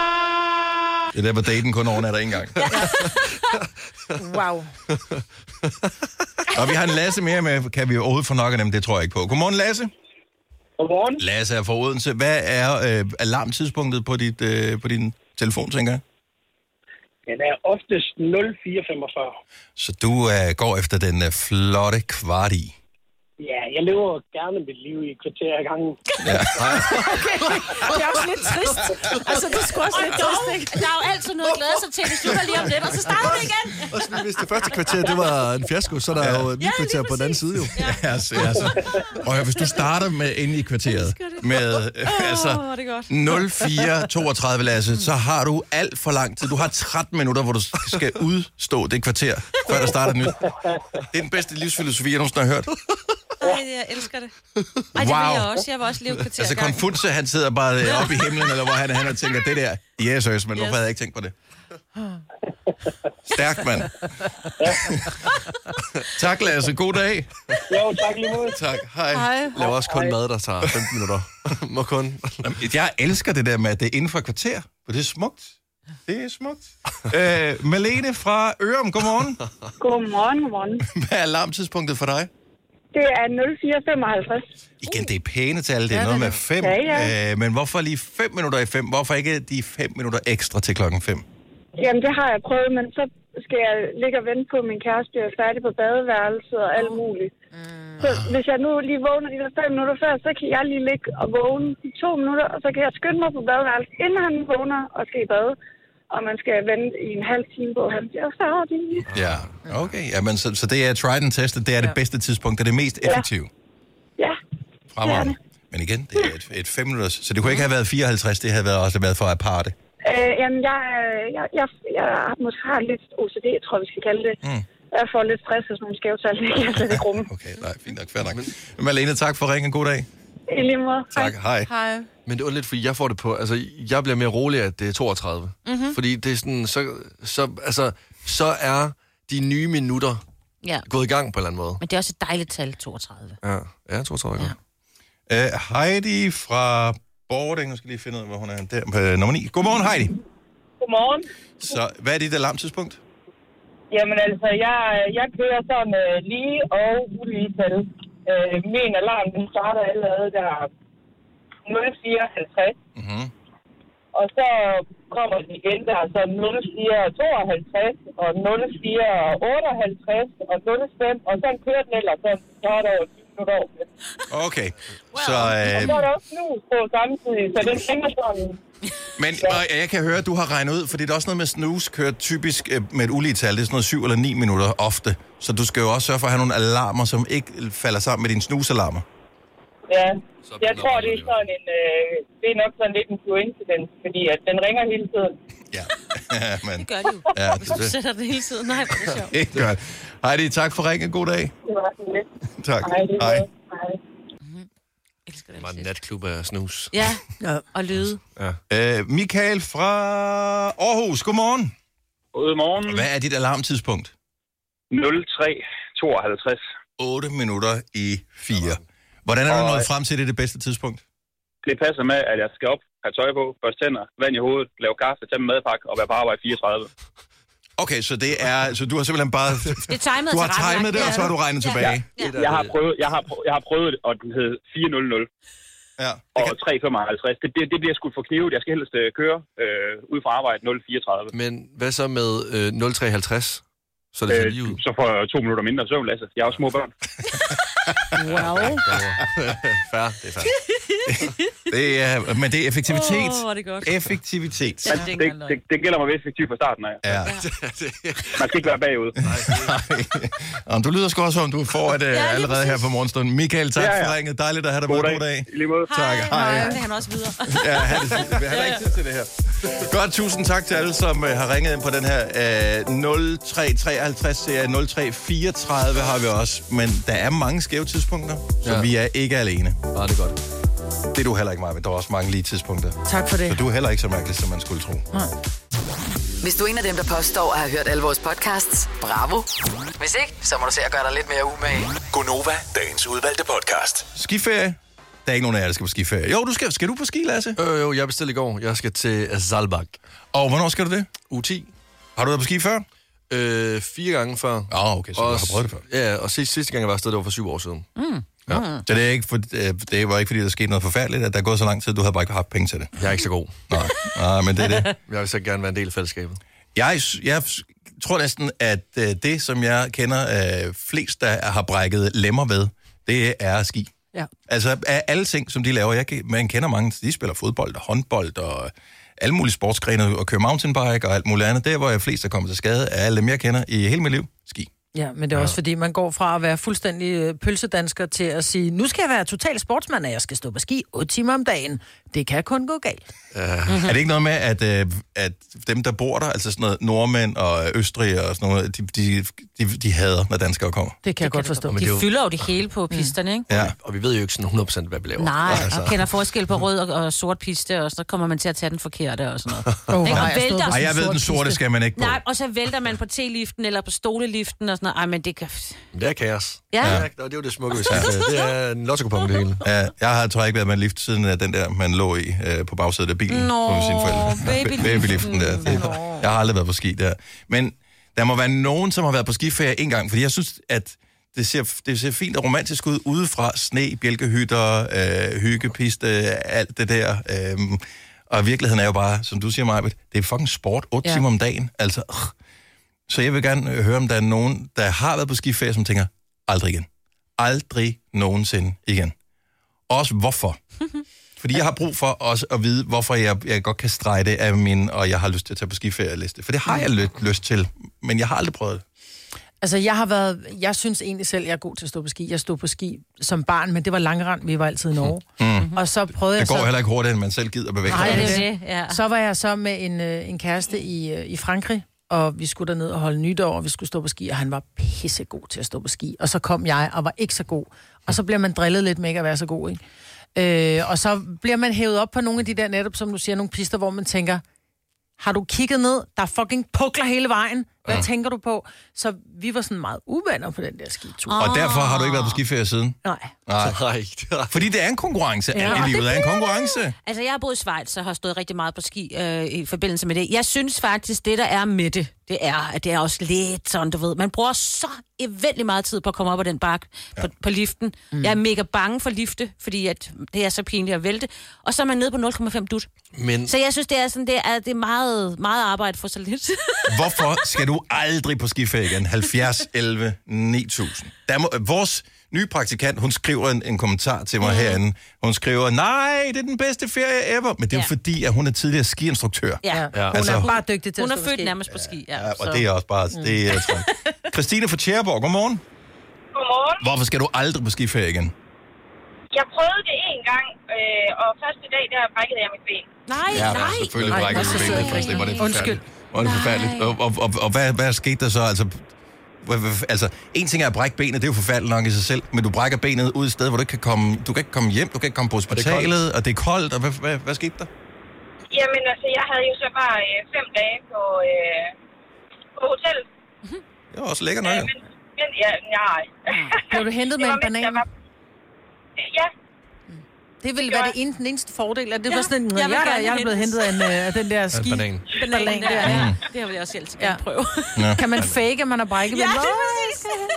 Speaker 1: Det er der, hvor daten kun overnatter en gang.
Speaker 3: Wow.
Speaker 1: Og vi har en Lasse mere med. Kan vi overhovedet få nok af dem? Det tror jeg ikke på. Godmorgen, Lasse.
Speaker 7: Godmorgen.
Speaker 1: Lasse er fra Odense. Hvad er øh, alarmtidspunktet på, dit, øh, på din telefon, tænker jeg?
Speaker 7: Den er oftest 0445.
Speaker 1: Så du øh, går efter den øh, flotte kvart i.
Speaker 7: Ja, jeg lever gerne mit liv i et kvarter ad gangen.
Speaker 3: Det er også lidt trist. Altså, det skulle også lidt
Speaker 4: Dog, der er jo altid noget at glæde sig til. Det slutter lige om lidt, og så starter vi igen.
Speaker 5: Og sådan, hvis det første kvarter, det var en fiasko, så er der ja. jo et nyt
Speaker 4: Ja, lige
Speaker 5: kvarter på den anden
Speaker 4: præcis.
Speaker 5: side jo.
Speaker 1: Ja, altså, altså. Og hør, hvis du starter med inde i kvarteret med øh, altså,
Speaker 4: Åh, det er godt.
Speaker 1: 0432, Lasse, så har du alt for lang tid. Du har 13 minutter, hvor du skal udstå det kvarter, før der starter nyt. Det er den bedste livsfilosofi, jeg nogensinde har hørt.
Speaker 4: Ej, jeg elsker det. Ej, det
Speaker 1: Wow.
Speaker 4: vil jeg også. Jeg vil også leve kvarter
Speaker 1: Altså
Speaker 4: ad gangen.
Speaker 1: Konfutse, han sidder bare øh, oppe i himlen, eller hvor han, han og tænker, det der, yes, yes, men hvorfor
Speaker 4: Yes.
Speaker 1: havde jeg ikke tænkt på det? Stærkt, mand. tak, Lasse. God dag.
Speaker 7: Jo, tak lige måde.
Speaker 1: Tak. Hej.
Speaker 5: Laver også kun mad, der tager 15 minutter. Må kun.
Speaker 1: Jamen, Jeg elsker det der med, at det er inden for et kvarter, for det er smukt. Det er smukt. øh, Malene fra Ørum, godmorgen.
Speaker 8: Godmorgen, godmorgen.
Speaker 1: Hvad er alarmtidspunktet for dig?
Speaker 8: Det er 0455.
Speaker 1: Igen, det er pæne tal, det er noget med fem.
Speaker 8: Ja, ja.
Speaker 1: Øh, men hvorfor lige fem minutter i fem? Hvorfor ikke de fem minutter ekstra til klokken fem?
Speaker 8: Jamen, det har jeg prøvet, men så skal jeg ligge og vente på, at min kæreste bliver færdig på badeværelset og alt muligt.
Speaker 3: Mm.
Speaker 8: Så hvis jeg nu lige vågner de der fem minutter før, så kan jeg lige ligge og vågne i to minutter, og så kan jeg skynde mig på badeværelset, inden han vågner og skal i bad. Og man skal vente i en halv time på, at han bliver færdig.
Speaker 1: Ja, okay. Jamen, så, så det er tried and tested, det er det bedste tidspunkt, det er det mest effektive.
Speaker 8: Ja,
Speaker 1: Fremragende. Men igen, det er et, et fem minutters, så det kunne ikke have været 54, det havde været også været for aparte.
Speaker 8: Øh, jamen, jeg, øh, jeg, jeg, jeg har- måske har lidt OCD, tror jeg, vi skal kalde det. Mm. Jeg får lidt stress og sådan nogle skævtal, det kan jeg slet ikke rumme.
Speaker 1: Okay, nej, fint nok, fair nok. Malene, tak for ringen, god dag.
Speaker 8: I lige måde.
Speaker 1: Tak, hej.
Speaker 3: Hej.
Speaker 5: Men det er ondt lidt, fordi jeg får det på... Altså, jeg bliver mere rolig, at det er 32.
Speaker 1: Mhm.
Speaker 5: Mm-hmm. Fordi det er sådan... Så, så, altså, så er de nye minutter
Speaker 4: Ja.
Speaker 5: gået i gang på en eller anden måde.
Speaker 4: Men det er også et dejligt tal, 32.
Speaker 5: Ja, ja 32. Ja.
Speaker 1: Øh, Heidi fra Bording, nu skal jeg lige finde ud af, hvor hun er. Der på øh, nummer 9. Godmorgen, Heidi.
Speaker 8: Godmorgen.
Speaker 1: Så hvad er dit alarmtidspunkt?
Speaker 8: Jamen altså, jeg, jeg kører sådan øh, lige og ulige tal. Øh, min alarm den starter allerede der 04.50.
Speaker 5: Mhm.
Speaker 1: Mm-hmm.
Speaker 8: Og så kommer den igen der, så 04.52 og 04.58 og 05. Og sådan kører den ellers, så så er der jo 20 minutter over. det.
Speaker 1: Okay. Så,
Speaker 8: Og
Speaker 1: øh,
Speaker 8: så er der også snus på samtidig, så den hænger sådan.
Speaker 1: men og jeg kan høre, at du har regnet ud, for det er da også noget med snus kørt typisk øh, med et ulige tal. Det er sådan noget 7 eller 9 minutter ofte. Så du skal jo også sørge for at have nogle alarmer, som ikke falder sammen med dine snusalarmer.
Speaker 8: Ja,
Speaker 5: Så
Speaker 8: jeg
Speaker 5: bliver
Speaker 8: tror,
Speaker 5: det
Speaker 8: det er sådan en, øh, det er nok sådan lidt en coincidence, fordi at den ringer hele tiden.
Speaker 1: Ja. men,
Speaker 4: Det gør de jo.
Speaker 1: ja,
Speaker 4: Hvis du sætter den hele tiden. Nej, hvor er det sjovt.
Speaker 1: det er godt. Heidi, tak for ringen. God dag.
Speaker 8: Det var sådan lidt.
Speaker 1: Tak.
Speaker 8: Hej, det var-
Speaker 1: Hej.
Speaker 8: Hej.
Speaker 4: Jeg Mhm. elsker
Speaker 5: Meget
Speaker 4: det.
Speaker 5: natklub af snus.
Speaker 4: Ja, og lyde.
Speaker 1: Øh, Michael fra Aarhus, godmorgen.
Speaker 9: Godmorgen.
Speaker 1: Hvad er dit alarmtidspunkt?
Speaker 9: 0352.
Speaker 1: 8 minutter i 4. Hvordan er du
Speaker 9: Og-
Speaker 1: nået frem til, at det er det bedste tidspunkt?
Speaker 9: Det passer med, at jeg skal op, have tøj på, børste tænder, vand i hovedet, lave kaffe, tage en madpakke og være på arbejde 34.
Speaker 1: Okay, så det er, så du har simpelthen bare,
Speaker 4: Det er timet
Speaker 1: du
Speaker 4: og
Speaker 1: har
Speaker 4: tilrettelagt.
Speaker 1: timet det, og så har du regnet
Speaker 4: Ja.
Speaker 1: tilbage.
Speaker 4: Ja.
Speaker 9: Jeg har prøvet, jeg har, prøvet, jeg har prøvet det, og den hed 400
Speaker 1: Ja.
Speaker 9: og
Speaker 1: Det kan,
Speaker 9: 355. Det, det, det bliver sgu for knivet. Jeg skal helst øh, køre øh, ud fra arbejde 034.
Speaker 5: Men hvad så med øh, 0350? Så er det
Speaker 9: Øh,
Speaker 5: øh, lige ud.
Speaker 9: så får jeg to minutter mindre søvn, Lasse. Jeg har også små børn.
Speaker 4: Wow.
Speaker 5: Færre, det er færre.
Speaker 1: det er, men det er effektivitet.
Speaker 4: Åh, hvor er det godt.
Speaker 1: Effektivitet.
Speaker 4: Ja, det er ikke
Speaker 9: Det,
Speaker 4: engang løgn.
Speaker 9: det, det gælder mig effektivt fra starten af.
Speaker 1: Ja.
Speaker 9: Man skal ikke være bagud.
Speaker 1: Og du lyder sgu også, om du får et ja,
Speaker 4: lige
Speaker 1: allerede her
Speaker 4: præcis.
Speaker 1: på morgenstunden. Michael, tak
Speaker 9: Ja,
Speaker 1: ja,
Speaker 9: ja.
Speaker 1: ja. for ringet. Dejligt at have dig med.
Speaker 9: God dag.
Speaker 1: God dag.
Speaker 9: I lige måde.
Speaker 1: Tak, hej.
Speaker 4: Det kan han også videre.
Speaker 1: Ja, han, han har ikke tid til det her. Godt, tusind tak til alle, som øh, har ringet ind på den her. Øh, 0353 serie, 0334 har vi også. Men der er mange skæve tidspunkter, så
Speaker 5: Ja.
Speaker 1: vi er ikke alene.
Speaker 5: Ja, det er godt.
Speaker 1: Det er du heller ikke, Maja, men der er også mange lige tidspunkter.
Speaker 3: Tak for det.
Speaker 1: Så du er heller ikke så mærkelig, som man skulle tro.
Speaker 6: Hvis du er en af dem, der påstår at have hørt alle vores podcasts, bravo. Hvis ikke, så må du se at gøre dig lidt mere umage.
Speaker 10: Gonova, dagens udvalgte podcast.
Speaker 1: Skiferie? Der er ikke nogen af jer, der skal på skiferie. Jo, du skal. Skal du på ski, Lasse?
Speaker 5: Øh, jo, jeg bestilte i går. Jeg skal til Zalbak.
Speaker 1: Og hvornår skal du det?
Speaker 5: U10.
Speaker 1: Har du været på ski før?
Speaker 5: Øh, fire gange før.
Speaker 1: Åh, oh, okay, så du har prøvet det før.
Speaker 5: Ja, og sidste, sidste gang jeg var afsted, det var for syv år siden.
Speaker 1: Ja. Så det, er ikke for, øh, det var ikke, fordi der skete noget forfærdeligt, at der er gået så lang tid, du havde bare ikke haft penge til det.
Speaker 5: Jeg er ikke så god.
Speaker 1: Nej, Nej men det er det.
Speaker 5: Jeg vil så gerne være en del af fællesskabet.
Speaker 1: Jeg, s- jeg s- tror næsten, at øh, det, som jeg kender øh, flest, der har brækket lemmer ved, det er ski.
Speaker 3: Ja.
Speaker 1: Altså af alle ting, som de laver. Jeg, kan- man kender mange, de spiller fodbold og håndbold og alle mulige sportsgrene, og kører mountainbike og alt muligt andet. Der, hvor jeg flest er kommet til skade, er alle dem, jeg kender i hele mit liv. Ski.
Speaker 3: Ja, men det er også fordi, man går fra at være fuldstændig øh, pølsedansker til at sige, nu skal jeg være total sportsmand, og jeg skal stå på ski 8 timer om dagen. Det kan kun gå galt.
Speaker 1: Øh, Er det ikke noget med, at, øh, at dem, der bor der, altså sådan noget nordmænd og østrig og sådan noget, de, de, de, de hader, når danskere kommer?
Speaker 3: Det kan jeg godt forstå.
Speaker 4: De fylder jo det hele
Speaker 1: Mm.
Speaker 4: på pisterne, ikke?
Speaker 1: Ja.
Speaker 5: Og vi ved jo Altså. ikke sådan 100% hvad vi laver.
Speaker 4: Nej, og kender forskel på rød og, og sort piste, og så kommer man til at tage den forkerte og sådan noget.
Speaker 3: Oh,
Speaker 4: Ikke? Og vælter.
Speaker 1: Ej, jeg ved, den sorte skal man ikke på.
Speaker 4: Nej, og så vælter man på T-liften eller på stoleliften og sådan noget. Ej, men det kan...
Speaker 5: Men Det er kaos.
Speaker 4: Ja.
Speaker 5: ja. og det er jo det smukke ved skiferie. Det er en lottokupon det hele.
Speaker 1: Ja, jeg har tror jeg ikke været med en lift siden af den der, man lå i øh, på bagsædet af bilen.
Speaker 4: Nå,
Speaker 1: med sine forældre.
Speaker 4: babyliften.
Speaker 1: Ja, babyliften der. Det, jeg har aldrig været på ski der. Men der må være nogen, som har været på skiferie en gang, fordi jeg synes, at det ser, det ser fint og romantisk ud udefra. Sne, bjælkehytter, øh, hyggepiste, alt det der. Øh, og virkeligheden er jo bare, som du siger, Majbet, det er fucking sport 8 ja.
Speaker 4: Ja.
Speaker 1: timer om dagen. Altså, øh. Så jeg vil gerne øh, høre, om der er nogen, der har været på skiferie, som tænker, aldrig igen. Aldrig nogensinde igen. Også hvorfor. Fordi jeg har brug for også at vide, hvorfor jeg, jeg godt kan strege det af min, og jeg har lyst til at tage på skiferieliste. For det har jeg lidt lyst til, men jeg har aldrig prøvet det.
Speaker 3: Altså, jeg har været... Jeg synes egentlig selv, jeg er god til at stå på ski. Jeg stod på ski som barn, men det var langrand. Vi var altid i Norge. Mm. Og så prøvede
Speaker 1: Det
Speaker 3: jeg
Speaker 1: går
Speaker 3: så...
Speaker 1: heller ikke hurtigt, end man selv gider bevæge
Speaker 3: Nej,
Speaker 1: sig.
Speaker 4: det
Speaker 3: det
Speaker 4: er
Speaker 3: er
Speaker 4: det, ja.
Speaker 3: Så var jeg så med en, øh, en kæreste i, øh, i Frankrig, og vi skulle derned og holde nytår, og vi skulle stå på ski, og han var pissegod til at stå på ski. Og så kom jeg og var ikke så god. Og så blev man drillet lidt med ikke at være så god, ikke? Øh, og så bliver man hævet op på nogle af de der netop, som du siger, nogle pister, hvor man tænker, har du kigget ned? Der er fucking pukler hele vejen. Hvad ja. tænker du på? Så vi var sådan meget uvenner på den der skitur.
Speaker 1: Og derfor har du ikke været på skiferie siden?
Speaker 3: Ah. Nej.
Speaker 1: Nej. Fordi det er en konkurrence.
Speaker 4: Ja,
Speaker 1: Ja. Alt
Speaker 4: det
Speaker 1: i livet er en
Speaker 4: bliver det.
Speaker 1: konkurrence.
Speaker 4: Altså, jeg har boet i Schweiz og har stået rigtig meget på ski øh, i forbindelse med det. Jeg synes faktisk, det der er med det, det er, at det er også lidt sådan, du ved. Man bruger så eventlig meget tid på at komme op ad den bakke ja. på, på liften. Mm. Jeg er mega bange for lifte, fordi at det er så pinligt at vælte. Og så er man nede på 0,5 dut.
Speaker 5: Men
Speaker 4: Så jeg synes, det er sådan, det er, det er meget, meget arbejde for så lidt.
Speaker 1: hvorfor skal du aldrig på skiferie igen? 70, 11, 9000. Der må, vores nye praktikant, hun skriver en, en kommentar til mig herinde. Hun skriver, nej, det er den bedste ferie ever. Men det er jo
Speaker 4: Ja.
Speaker 1: fordi, at hun er tidligere skiinstruktør.
Speaker 4: Ja. Ja.
Speaker 3: Hun
Speaker 1: Altså,
Speaker 3: er bare dygtig til
Speaker 4: Hun
Speaker 3: at
Speaker 4: er
Speaker 3: stå på
Speaker 4: født
Speaker 3: ski.
Speaker 4: nærmest på ski. Ja,
Speaker 1: og det er også bare... Det er, træt. Christine fra Tjæreborg, godmorgen.
Speaker 11: Godmorgen.
Speaker 1: Hvorfor skal du aldrig på skiferie igen?
Speaker 11: Jeg prøvede det en gang, øh, og første dag, der brækkede jeg mit ben. Nej,
Speaker 1: selvfølgelig brækket benet først. Det var det
Speaker 11: Undskyld.
Speaker 1: forfærdeligt. Var det forfærdeligt. Og, og, og, og hvad, hvad skete der så? Altså, hvad- hvad- altså, en ting er at brække benet, det er jo forfærdeligt nok i sig selv, men du brækker benet ud et sted, hvor du ikke kan komme, du kan ikke komme hjem, du kan ikke komme på
Speaker 11: det er koldt.
Speaker 1: hospitalet, og det er koldt, og hvad, hvad, hvad skete der?
Speaker 11: Jamen altså, jeg havde jo så bare øh, fem dage på, øh, på hotel.
Speaker 1: Det var også lækkert nok.
Speaker 11: men, men, ja, nej.
Speaker 3: Blev du hentet med en banan?
Speaker 11: Ja.
Speaker 3: Det ville
Speaker 11: Det
Speaker 3: være
Speaker 11: var-
Speaker 3: det ene, den eneste fordel, at det
Speaker 11: Ja,
Speaker 3: ja, var sådan en,
Speaker 11: jeg
Speaker 3: jeg,
Speaker 11: vil
Speaker 3: jeg,
Speaker 11: gerne
Speaker 3: jeg, er blevet hentet
Speaker 11: hentes.
Speaker 3: af, en, øh, af den der ski.
Speaker 5: banan.
Speaker 4: Banan,
Speaker 3: Banan
Speaker 4: der,
Speaker 3: der.
Speaker 4: ja.
Speaker 3: Mm.
Speaker 4: Det har vi også altid gerne prøve.
Speaker 1: Ja.
Speaker 3: Kan man fake, at man har brækket?
Speaker 4: Ja,
Speaker 3: benet?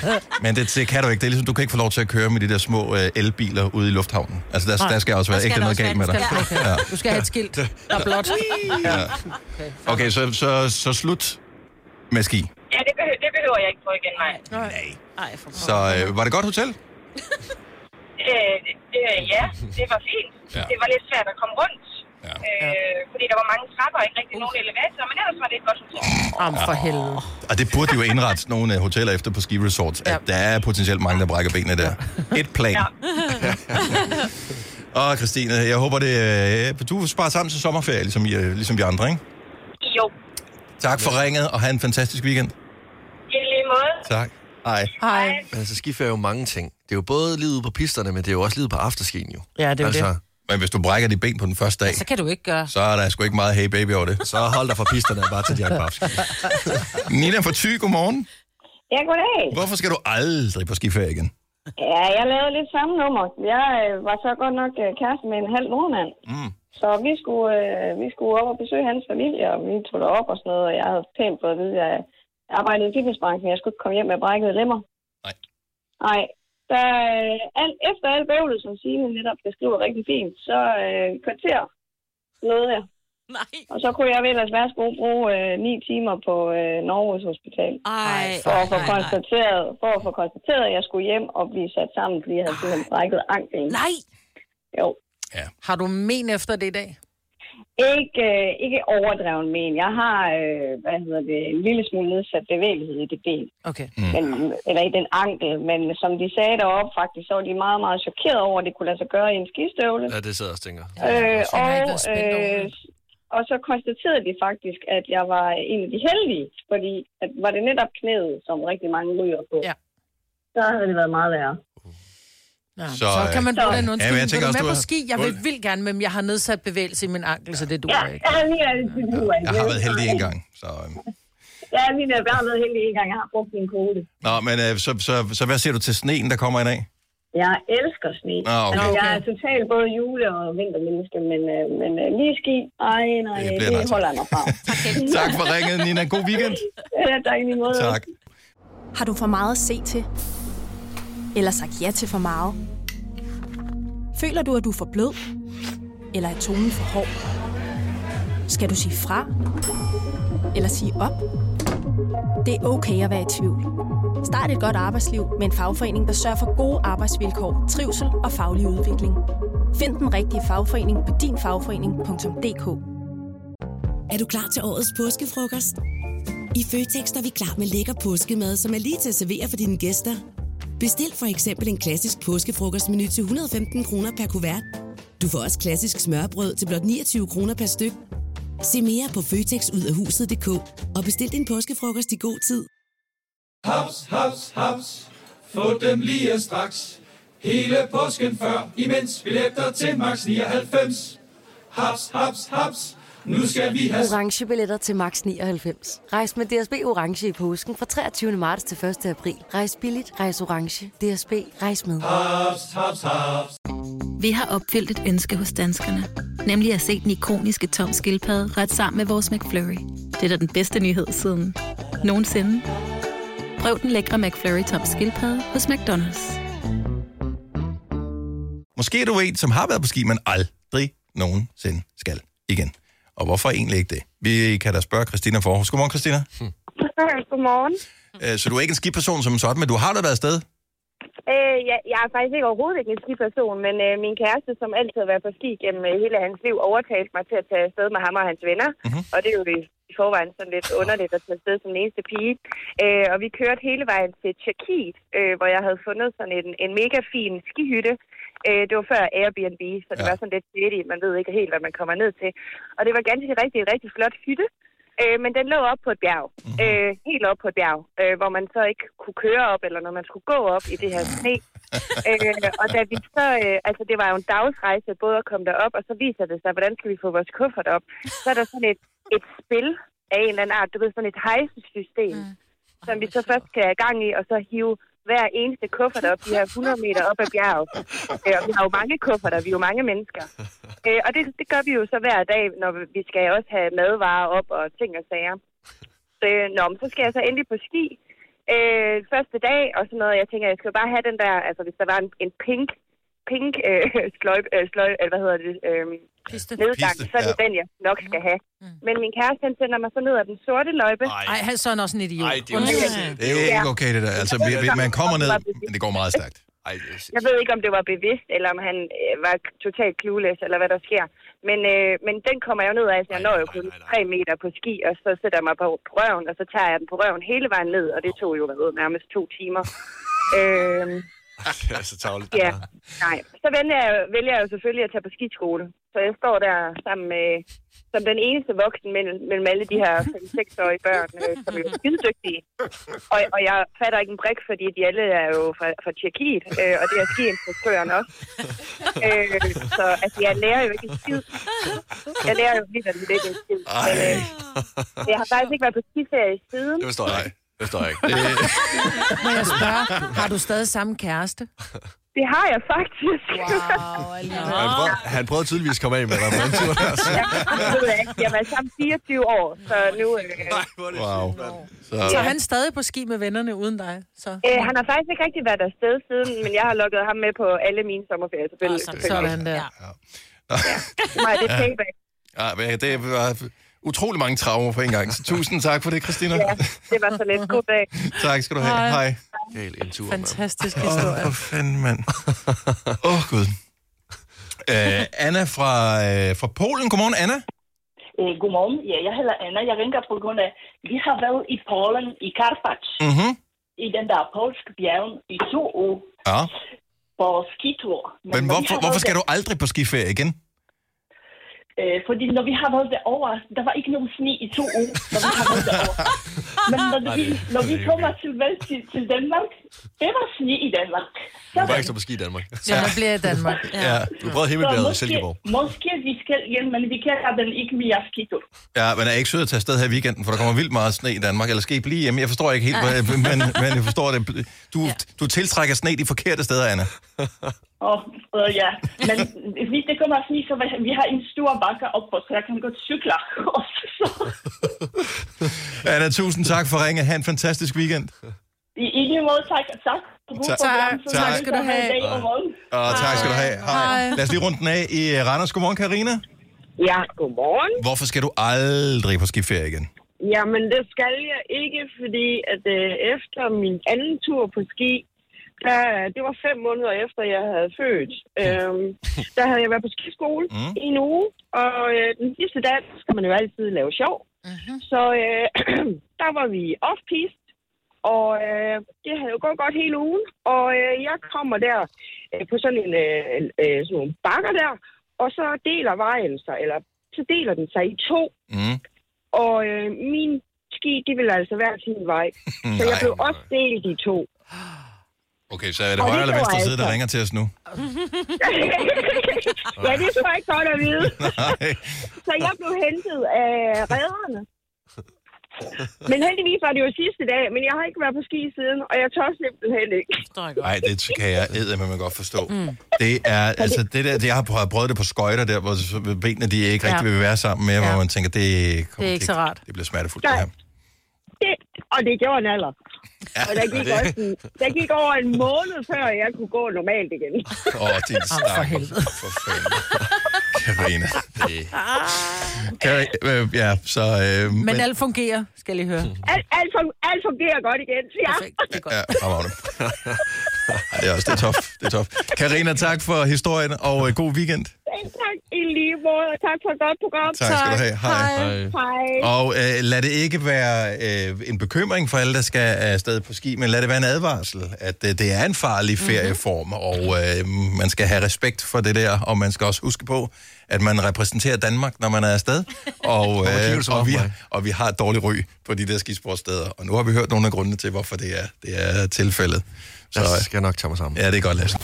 Speaker 4: det
Speaker 1: Men det, det kan du ikke. Det er ligesom, du kan ikke få lov til at køre med de der små øh, elbiler ude i lufthavnen. Altså, der,
Speaker 3: Nej.
Speaker 1: der skal også være
Speaker 3: Der skal der
Speaker 1: ægte noget
Speaker 3: også
Speaker 1: galt med
Speaker 3: være-
Speaker 1: dig.
Speaker 3: der skal- okay. Du skal have et skilt, der er blåt.
Speaker 1: Ja. Okay, så, så, så slut med ski.
Speaker 11: Ja, det, behøver, det behøver jeg ikke prøve igen, nej.
Speaker 1: Nej.
Speaker 4: Nej, for
Speaker 1: Så øh, var det godt hotel?
Speaker 11: Øh, det- det, ja, det var fint.
Speaker 1: Ja.
Speaker 11: Ja. Det var lidt svært at komme rundt. Ja. Øh, fordi der var mange trapper og ikke rigtig nogen elevatorer, men ellers var det et godt hotel.
Speaker 3: Om for
Speaker 1: Ah,
Speaker 3: helvede.
Speaker 1: Og det burde jo indrette nogle øh, hoteller efter på ski resorts, at der er potentielt mange, der brækker benene der. Et plan. Og Christine, jeg håber, det, øh, du sparer sammen til sommerferie, ligesom, I, øh, ligesom vi andre, ikke?
Speaker 11: jo,
Speaker 1: Tak for ringet, og have en fantastisk weekend.
Speaker 11: i lige måde.
Speaker 1: Tak. Hej.
Speaker 3: Hej.
Speaker 5: Men altså, skiferie er jo mange ting. Det er jo både livet ude på pisterne, men det er jo også livet på afterskien jo.
Speaker 3: Ja, det er jo
Speaker 5: altså,
Speaker 3: det.
Speaker 1: Men hvis du brækker dit ben på den første dag,
Speaker 4: Så kan du ikke gøre.
Speaker 1: så er der sgu ikke meget hey baby over det.
Speaker 5: Så hold dig fra pisterne og bare til de andre afterskien.
Speaker 1: Nina fra Thy, godmorgen.
Speaker 12: Ja, goddag.
Speaker 1: Hvorfor skal du aldrig på skiferie igen?
Speaker 12: Ja, jeg lavede lidt samme nummer. Jeg øh, var så godt nok øh, kæreste med en halv nordmand.
Speaker 1: Mm.
Speaker 12: Så vi skulle, øh, vi skulle op og besøge hans familie, og vi tog derop og sådan noget. Og jeg havde pænt fået at vide, at jeg arbejdede i fitnessbranchen. Jeg skulle ikke komme hjem med brækkede lemmer.
Speaker 1: Nej.
Speaker 12: Nej. Da, øh, alt, efter alt bøvlet, som Signe netop beskriver rigtig fint, så øh, kvarter nåede jeg.
Speaker 4: Nej.
Speaker 12: Og så kunne jeg ellers være skulle bruge øh, ni timer på øh, Norges Hospital.
Speaker 4: Ej,
Speaker 12: for, at få
Speaker 4: ej, ej.
Speaker 12: konstateret, for at få konstateret, at jeg skulle hjem og blive sat sammen, fordi jeg havde simpelthen brækket anklen.
Speaker 4: Nej!
Speaker 12: Jo.
Speaker 3: Har du men efter det i dag?
Speaker 12: Ikke, øh, ikke overdreven men. Jeg har øh, hvad hedder det, en lille smule nedsat bevægelighed i det ben.
Speaker 3: Okay.
Speaker 1: Mm.
Speaker 12: Men, eller i den ankel. Men som de sagde deroppe, faktisk, så var de meget, meget chokeret over, at det kunne lade sig gøre i en skistøvle.
Speaker 5: Ja, det sidder jeg også og tænker.
Speaker 12: Øh,
Speaker 5: Så har
Speaker 12: og,
Speaker 5: jeg ikke været spændt over
Speaker 12: øh, og så konstaterede de faktisk, at jeg var en af de heldige, fordi at var det netop knæet, som rigtig mange ryger på,
Speaker 3: ja.
Speaker 12: så havde det været meget værre.
Speaker 3: Ja, så,
Speaker 12: Så,
Speaker 3: så kan man
Speaker 12: øh,
Speaker 3: bruge
Speaker 12: ja,
Speaker 3: den
Speaker 12: men
Speaker 3: undskyld.
Speaker 12: jeg
Speaker 3: Ja,
Speaker 12: tænker
Speaker 3: vil du
Speaker 12: også,
Speaker 3: med
Speaker 12: du
Speaker 3: på
Speaker 12: har-
Speaker 3: ski? Jeg vil, vil gerne med, men jeg har nedsat bevægelse i min ankel, så det
Speaker 12: Ja,
Speaker 3: duer ikke.
Speaker 12: jeg har lige altid ja,
Speaker 1: Jeg har været heldig en gang. Så, øh.
Speaker 12: Jeg er lige været med heldig en gang, jeg har brugt min kode.
Speaker 1: Nå, men øh, så, så, så hvad siger du til sneen, der kommer i dag?
Speaker 12: Jeg elsker sne.
Speaker 1: Nå, Ah, okay.
Speaker 12: altså, jeg er
Speaker 1: Okay.
Speaker 12: totalt både jule- og vintermenneske, men, øh, men øh, lige ski, ej nej,
Speaker 1: Det
Speaker 12: det,
Speaker 1: bliver nej tak.
Speaker 12: holder jeg mig fra.
Speaker 1: Tak for ringet, Nina. God weekend.
Speaker 12: ja, tak i lige måde.
Speaker 1: Tak.
Speaker 13: Har du for meget at se til? Eller sagt ja til for meget? Føler du, at du er for blød? Eller er tonen for hård? Skal du sige fra? Eller sige op? Det er okay at være i tvivl. Start et godt arbejdsliv med en fagforening, der sørger for gode arbejdsvilkår, trivsel og faglig udvikling. Find den rigtige fagforening på dinfagforening.dk.
Speaker 14: Er du klar til årets påskefrokost? I Føtex er vi klar med lækker påskemad, som er lige til at servere for dine gæster. Bestil for eksempel en klassisk påskefrokostmenu til 115 kroner per kuvert. Du får også klassisk smørbrød til blot 29 kroner per styk. Se mere på føtexudafhuset.dk og bestil din påskefrokost i god tid.
Speaker 15: Haps, haps, haps. Få dem lige straks. Hele påsken før, imens billetter til max 99. Haps, haps, haps. Nu skal vi have
Speaker 6: orange billetter til max 99. Rejs med DSB orange i påsken fra 23. marts til 1. april. Rejs billigt, rejs orange. DSB rejs med.
Speaker 15: haps, haps, haps.
Speaker 7: Vi har opfyldt et ønske hos danskerne. Nemlig at se den ikoniske tom skildpadde ret sammen med vores McFlurry. Det er da den bedste nyhed siden nogensinde. Prøv den lækre McFlurry tom skildpadde hos McDonald's.
Speaker 1: Måske er du en, som har været på ski, men aldrig nogensinde skal igen. Og hvorfor egentlig ikke det? Vi kan da spørge Christina Forhus. Godmorgen, Christina. Hmm.
Speaker 8: Godmorgen.
Speaker 1: Så du er ikke en skiperson som sådan, men du har da været afsted?
Speaker 8: Øh, jeg, jeg er faktisk ikke overhovedet ikke en skiperson, men øh, min kæreste, som altid har været på ski gennem øh, hele hans liv, overtalte mig til at tage afsted med ham og hans venner.
Speaker 16: Mhm.
Speaker 8: Mm-hmm. Og det er jo i, i forvejen sådan lidt underligt at tage afsted som den eneste pige. Øh, og vi kørte hele vejen til Tjekkiet, øh, hvor jeg havde fundet sådan en, en mega fin skihytte. Øh, det var før Airbnb, så det ja. var sådan lidt shady. Man ved ikke helt, hvad man kommer ned til. Og det var ganske rigtig, rigtig flot hytte. Øh, men den lå op på et bjerg. Mm-hmm. Øh, helt op på et bjerg, øh, hvor man så ikke kunne køre op, eller når man skulle gå op i det her sne. øh, og da vi så, øh, altså det var jo en dagsrejse både at komme derop, og så viser det sig, hvordan skal vi få vores kuffert op. Så er der sådan et, et spil af en eller anden art, du ved, sådan et hejsesystem, mm. som vi så først skal have gang i, og så hive hver eneste kuffert op, de her 100 meter op ad bjerget. Øh, og vi har jo mange kufferter, vi er jo mange mennesker. Øh, og det, det gør vi jo så hver dag, når vi skal også have madvarer op og ting og sager. Øh, nå, men så skal jeg så endelig på ski øh, første dag og sådan noget. Jeg tænker, jeg skal jo bare have den der, altså hvis der var en, en pink, pink øh, sløj, øh, sløj, øh, hvad hedder det, øh,
Speaker 11: øhm,
Speaker 8: nedgang,
Speaker 3: Piste,
Speaker 8: så er det
Speaker 3: ja.
Speaker 8: den, jeg nok skal have. Men min kæreste, han sender mig så ned ad den sorte løjpe.
Speaker 3: Nej, han er sådan også en idiot.
Speaker 8: Ej,
Speaker 1: Det er jo ikke okay, det der. Altså, vi- vi- man kommer ned, men det går meget stærkt. Ej, det er
Speaker 8: Jeg ved ikke, om det var bevidst, eller om han øh, var totalt clueless, eller hvad der sker. Men, øh, men den kommer jeg jo ned af, så jeg når jo kun 3 meter på ski, og så sætter jeg mig på, på røven, og så tager jeg den på røven hele vejen ned, og det tog jo hvad, ved, nærmest to timer. øh,
Speaker 5: det er så tavligt.
Speaker 8: ja, nej. Så vælger jeg, vælger jeg jo selvfølgelig at tage på skiskole. Så jeg står der sammen med, som den eneste voksen mellem, mellem alle de her 5-6-årige børn, øh, som er jo skidedygtige. Og, og jeg fatter ikke en brik, fordi de alle er jo fra, fra Tjekkiet, øh, og det er skiinstruktøren også. Øh, så altså, jeg lærer jo ikke en skid. Jeg lærer jo lige, at det ikke en skid. Men, øh, jeg har faktisk ikke været på skiferie siden.
Speaker 5: Det forstår jeg ikke. Det forstår jeg ikke.
Speaker 3: Må jeg spørge, har du stadig samme kæreste?
Speaker 8: Det har jeg faktisk.
Speaker 3: Wow,
Speaker 5: Han, prøvede, han prøvede tydeligvis at komme af med dig på den tur. Altså.
Speaker 8: Det ved jeg ikke. Jeg har været sammen 24 år, så nu... Øh,
Speaker 1: Wow.
Speaker 3: Så er han stadig på ski med vennerne uden dig? Så.
Speaker 8: Øh, han har faktisk ikke rigtig været afsted siden, men jeg har lukket ham med på alle mine sommerferier. Selvfølgelig.
Speaker 3: Sådan der.
Speaker 8: Nej, det er
Speaker 1: Ja.
Speaker 8: payback.
Speaker 1: Ja, men det var utrolig mange traumer på en gang. Så tusind tak for det, Christina. Ja.
Speaker 8: Det var så lidt. God dag.
Speaker 1: Tak skal du have.
Speaker 3: Hej.
Speaker 1: Hej. Hej. Gal en tur,
Speaker 3: Fantastisk
Speaker 1: Åh, for fanden, mand. Åh, oh, Gud. Uh, Anna fra, uh, fra Polen. Godmorgen, Anna.
Speaker 17: Øh, godmorgen. Ja, jeg hedder Anna. Jeg ringer på grund af, vi har været i Polen, i Karpacz,
Speaker 1: Mm-hmm.
Speaker 17: i den der polske bjergen i to år
Speaker 1: Ja.
Speaker 17: på skitur.
Speaker 1: Men
Speaker 17: når vi har
Speaker 1: hvorfor, hvorfor
Speaker 17: været
Speaker 1: skal du
Speaker 17: der-
Speaker 1: aldrig på skiferie igen?
Speaker 17: Øh, fordi når vi har været derovre, der var ikke nogen sne i to år, når vi har været derovre. Men når
Speaker 5: Nej,
Speaker 17: vi,
Speaker 5: det-
Speaker 17: når
Speaker 5: det
Speaker 17: vi
Speaker 5: er
Speaker 17: kommer til, vel- til, til Danmark, det var sne i Danmark.
Speaker 5: Du var ikke så på ski i Danmark.
Speaker 3: Så man bliver i Danmark.
Speaker 5: Ja. Du prøvede himmelbjerget i Silkeborg.
Speaker 17: måske vi skal hjem, men vi kan have den ikke mere skitur.
Speaker 1: Ja, men er ikke sød at tage afsted her i weekenden, for der kommer vildt meget sne i Danmark. Eller skal I blive hjemme? Jeg forstår ikke helt, hvad, men, men jeg forstår det. Du, du tiltrækker sne de forkerte steder, Anna.
Speaker 17: Og, øh, ja, men hvis det kommer sne, så vi- vi har en stor bakke op på, så jeg kan godt cykle. Og
Speaker 1: Anna, tusind tak for ringe. Ha' en fantastisk weekend.
Speaker 17: I, i lige måde, tak. Tak.
Speaker 1: Tak. Tak. Tak skal du have. Og tak skal du have. Hej.
Speaker 17: Hej.
Speaker 1: Lad os lige runde den af i øh, Randers. Godmorgen, Karina.
Speaker 16: Ja, godmorgen.
Speaker 1: Hvorfor skal du aldrig på skiferie igen?
Speaker 16: Jamen, det skal jeg ikke, fordi at øh, efter min anden tur på ski, der, det var fem måneder efter, jeg havde født, øhm, der havde jeg været på skiskole
Speaker 18: Mm.
Speaker 16: mm. i en uge, og øh, den sidste dag der skal man jo altid lave sjov. Mm-hmm. Så øh, der var vi off-piste, og øh, det havde jo gået godt hele ugen, og øh, jeg kommer der øh, på sådan en øh, øh, sådan nogle bakker der, og så deler vejen sig, eller så deler den sig i to.
Speaker 1: Mm.
Speaker 16: Og øh, min ski, de ville altså være sin vej. Så jeg blev også delt i to.
Speaker 1: Okay, så er det
Speaker 19: Og det
Speaker 1: højre eller
Speaker 19: går
Speaker 1: venstre side, der
Speaker 19: altså.
Speaker 1: ringer til os nu?
Speaker 19: ja, det tror jeg ikke godt at vide.
Speaker 1: Nej.
Speaker 19: Så jeg blev hentet af redderne. Men heldigvis var det jo sidste dag, men jeg har ikke været på ski siden, og jeg tør simpelthen ikke.
Speaker 1: Nej, det kan jeg eddermame godt forstå. Mm. Det er, altså det der, det- jeg har prøvet- prøvet det på skøjter der, hvor benene de ikke
Speaker 19: Ja.
Speaker 1: rigtig vil være sammen med, hvor man tænker, det,
Speaker 19: Det er ikke så rart.
Speaker 1: det bliver smertefuldt.
Speaker 19: Nej.
Speaker 1: Det her.
Speaker 19: Det, og det gjorde en alder. Og der gik,
Speaker 1: det-
Speaker 19: også en, der gik over en måned, før jeg kunne gå normalt igen.
Speaker 1: Åh, oh, din
Speaker 19: Åh, for
Speaker 1: stakkels. For fanden. Karina. Det-
Speaker 19: Ah.
Speaker 1: Kari- øh, Ja, så... Øh,
Speaker 3: Men, men alt fungerer, skal I høre.
Speaker 19: Alt, alt, fun- alt fungerer godt igen, siger jeg.
Speaker 1: Ja, fremragende. Ej, det er også det er tof. Det er tof. Karina, tak for historien, og øh, god weekend.
Speaker 19: Tak i lige måde, og tak for et godt program.
Speaker 1: Tak skal du have. Hej. Hej.
Speaker 19: Hej.
Speaker 1: Og øh, lad det ikke være øh, en bekymring for alle, der skal afsted på ski, men lad det være en advarsel, at øh, det er en farlig ferieform, mm-hmm. og øh, man skal have respekt for det der, og man skal også huske på, at man repræsenterer Danmark, når man er afsted, og, øh, og, vi, og vi har et dårligt ry på de der skisportsteder, og nu har vi hørt nogle af grundene til, hvorfor det er, det er tilfældet. Så jeg skal nok tage mig sammen. Ja, det er godt, Lasse.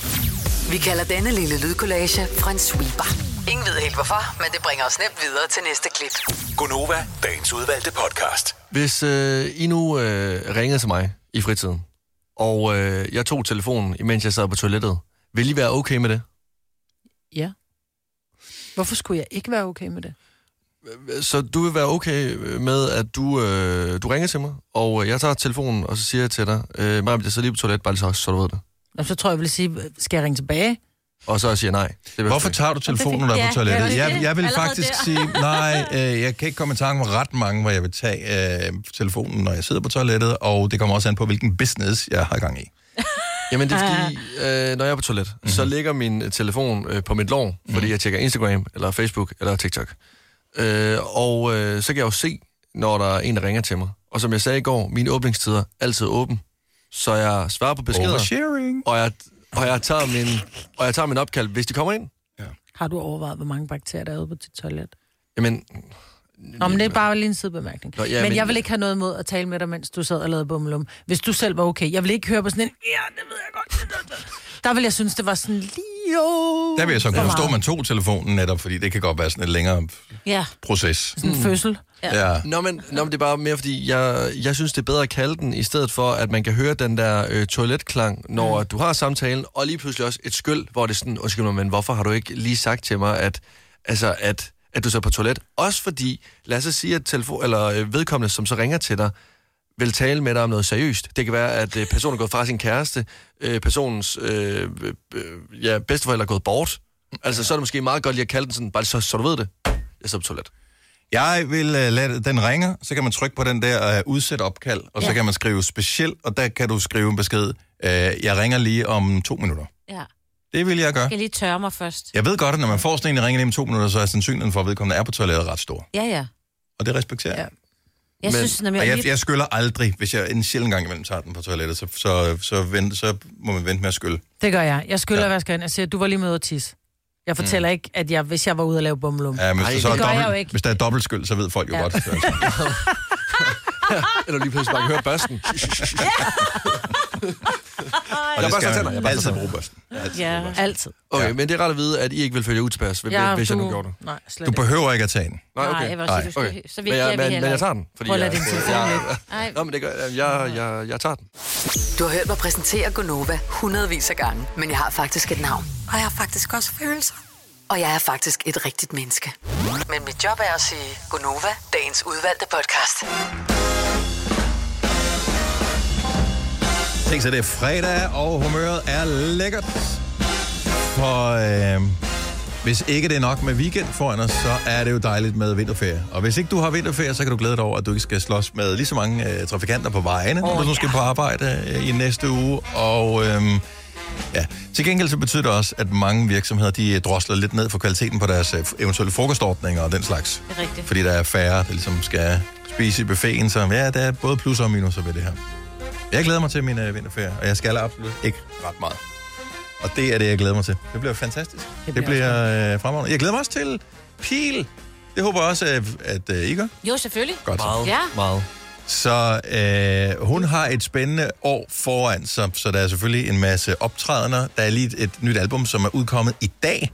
Speaker 6: Vi kalder denne lille lydkollage en sweeper. Ingen ved helt hvorfor, men det bringer os nemt videre til næste klip.
Speaker 10: Gunova, dagens udvalgte podcast.
Speaker 5: Hvis øh, I nu øh, ringede til mig i fritiden, og øh, jeg tog telefonen, imens jeg sad på toilettet, vil I være okay med det?
Speaker 3: Ja. Hvorfor skulle jeg ikke være okay med det?
Speaker 5: Så du vil være okay med, at du, øh, du ringer til mig, og øh, jeg tager telefonen, og så siger jeg til dig, øh, Maja, jeg sidder lige på toilettet, bare lige så, så du ved det.
Speaker 3: Nå, så tror jeg, jeg vil sige, skal jeg ringe tilbage?
Speaker 5: Og så siger jeg nej. Det
Speaker 1: Hvorfor tager du telefonen, når du er på toilettet? Jeg, jeg vil
Speaker 3: Allerede
Speaker 1: faktisk
Speaker 3: der.
Speaker 1: sige, nej, øh, jeg kan ikke komme i tanke om ret mange, hvor jeg vil tage øh, telefonen, når jeg sidder på toilettet, og det kommer også an på, hvilken business jeg har gang i.
Speaker 5: Jamen det er fordi, øh, når jeg er på toilet, mm-hmm. så ligger min øh, telefon øh, på mit lår, fordi jeg tjekker Instagram, eller Facebook, eller TikTok. Øh, og øh, så kan jeg jo se, når der er en, der ringer til mig. Og som jeg sagde i går, mine åbningstider er altid åben. Så jeg svarer på beskeder,
Speaker 1: Oversharing.
Speaker 5: og jeg, og, jeg tager min, og jeg tager min opkald, hvis de kommer ind.
Speaker 3: Har du overvejet, hvor mange bakterier der er ude på dit toilet?
Speaker 5: Jamen,
Speaker 3: Nå, men det er bare lige en sidebemærkning.
Speaker 5: Nå,
Speaker 3: Nå,
Speaker 5: ja,
Speaker 3: ja, men,
Speaker 5: men-
Speaker 3: jeg vil ikke have noget imod at tale med dig, mens du sad og lavede bummelum. Hvis du selv var okay. Jeg vil ikke høre på sådan en... Ja, det ved jeg godt. Der vil jeg synes, det var sådan lige... Oh,
Speaker 1: Der vil jeg så kunne forstå, at man tog telefonen netop, fordi det kan godt være sådan en længere
Speaker 3: Ja.
Speaker 1: proces.
Speaker 3: Sådan en fødsel.
Speaker 1: Mm. Ja. Ja.
Speaker 5: Nå, men, nå, men det er bare mere, fordi jeg, jeg synes, det er bedre at kalde den, i stedet for, at man kan høre den der øh, toiletklang, når mm. du har samtalen, og lige pludselig også et skyld, hvor det er sådan, undskyld mig, men hvorfor har du ikke lige sagt til mig, at, altså, at, at du så på toilet? Også fordi, lad os så sige, at telefon, eller øh, vedkommende, som så ringer til dig, vil tale med dig om noget seriøst. Det kan være, at øh, personen er gået fra sin kæreste, øh, personens øh, øh, ja, bedsteforældre er gået bort. Altså, så er det måske meget godt lige at kalde den sådan, bare så, så du ved det. Jeg sidder på toilet.
Speaker 1: Jeg vil uh, lade den ringer, så kan man trykke på den der uh, udsæt opkald, og ja. så
Speaker 4: Ja.
Speaker 1: kan man skrive speciel, og der kan du skrive en besked. Uh, jeg ringer lige om to minutter.
Speaker 4: Ja.
Speaker 1: Det vil jeg gøre.
Speaker 4: Jeg skal lige tørre mig først.
Speaker 1: Jeg ved godt, at når man får sådan en, der ringer lige om to minutter, så er sandsynligheden for, at vedkommende er på toilettet ret stor.
Speaker 4: Ja, ja.
Speaker 1: Og det respekterer jeg.
Speaker 4: Jeg synes, når
Speaker 1: jeg,
Speaker 4: jeg,
Speaker 1: og jeg, jeg skyller aldrig, hvis jeg en sjældent gang imellem tager den på toilettet, så, så, så, vent, så må man vente med at skylle.
Speaker 3: Det gør jeg. Jeg skylder ja. vasker ind. Jeg siger, du var lige med at tisse. Jeg fortæller mm. ikke, at jeg, hvis jeg var ude og lave bummelum.
Speaker 1: Ja, men hvis, der så er
Speaker 3: det gør jeg jo
Speaker 1: dobbelt,
Speaker 3: ikke.
Speaker 1: hvis der er dobbelt skyld, så ved folk jo ja.
Speaker 3: Ja.
Speaker 1: godt. Altså.
Speaker 5: Eller lige pludselig bare kan høre børsten.
Speaker 1: Og
Speaker 5: Jeg
Speaker 1: det
Speaker 5: børster
Speaker 1: skal
Speaker 5: tænder, jeg
Speaker 1: man
Speaker 5: børster
Speaker 1: altid
Speaker 5: tænder.
Speaker 1: bruge børsten. Altid.
Speaker 3: Ja, altid.
Speaker 5: Okay, men det er rart at vide, at I ikke vil følge jer utilpas, hvis, ja, hvis jeg nu gjorde det.
Speaker 3: Nej, slet
Speaker 1: Du
Speaker 3: ikke.
Speaker 1: behøver ikke at tage den.
Speaker 5: Nej, okay.
Speaker 4: Nej, jeg vil også sige, du skal- så vigtig
Speaker 5: men,
Speaker 4: er
Speaker 5: jeg,
Speaker 4: vi
Speaker 5: men,
Speaker 4: heller
Speaker 5: men jeg
Speaker 4: ikke.
Speaker 5: tager den. Fordi
Speaker 4: Prøv at lade
Speaker 5: jeg,
Speaker 4: din telefon
Speaker 5: jeg, Nå, men det gør jeg. Jeg, jeg, jeg tager den.
Speaker 6: Du har hørt mig præsentere Gonova hundredvis af gange, men jeg har faktisk et navn. Og jeg har faktisk også følelser. Og jeg er faktisk et rigtigt menneske. Men mit job er at sige Gonova, dagens udvalgte podcast.
Speaker 1: Tænk så, det er fredag, og humøret er lækkert. For øh, hvis ikke det er nok med weekend foran os, så er det jo dejligt med vinterferie. Og hvis ikke du har vinterferie, så kan du glæde dig over, at du ikke skal slås med lige så mange øh, trafikanter på vejene, oh, når du nu skal på arbejde øh, i næste uge. Og øh, ja, til gengæld så betyder det også, at mange virksomheder, de øh, drosler lidt ned for kvaliteten på deres øh, eventuelle frokostordninger og den slags.
Speaker 4: Det er rigtigt.
Speaker 1: Fordi der er færre, der ligesom skal spise i buffeten, så ja, der er både plusser og minuser ved det her. Jeg glæder mig til min øh, vinterferie, og jeg skal absolut ikke ret meget. Og det er det, jeg glæder mig til. Det bliver fantastisk. Det bliver, det bliver øh, fremragende. Jeg glæder mig også til Pil. Det håber jeg også, øh, at øh, I gør.
Speaker 4: Jo, selvfølgelig.
Speaker 1: Godt så.
Speaker 4: Ja.
Speaker 5: meget.
Speaker 1: Så øh, hun har et spændende år foran sig, så der er selvfølgelig en masse optrædener. Der er lige et, et nyt album, som er udkommet i dag.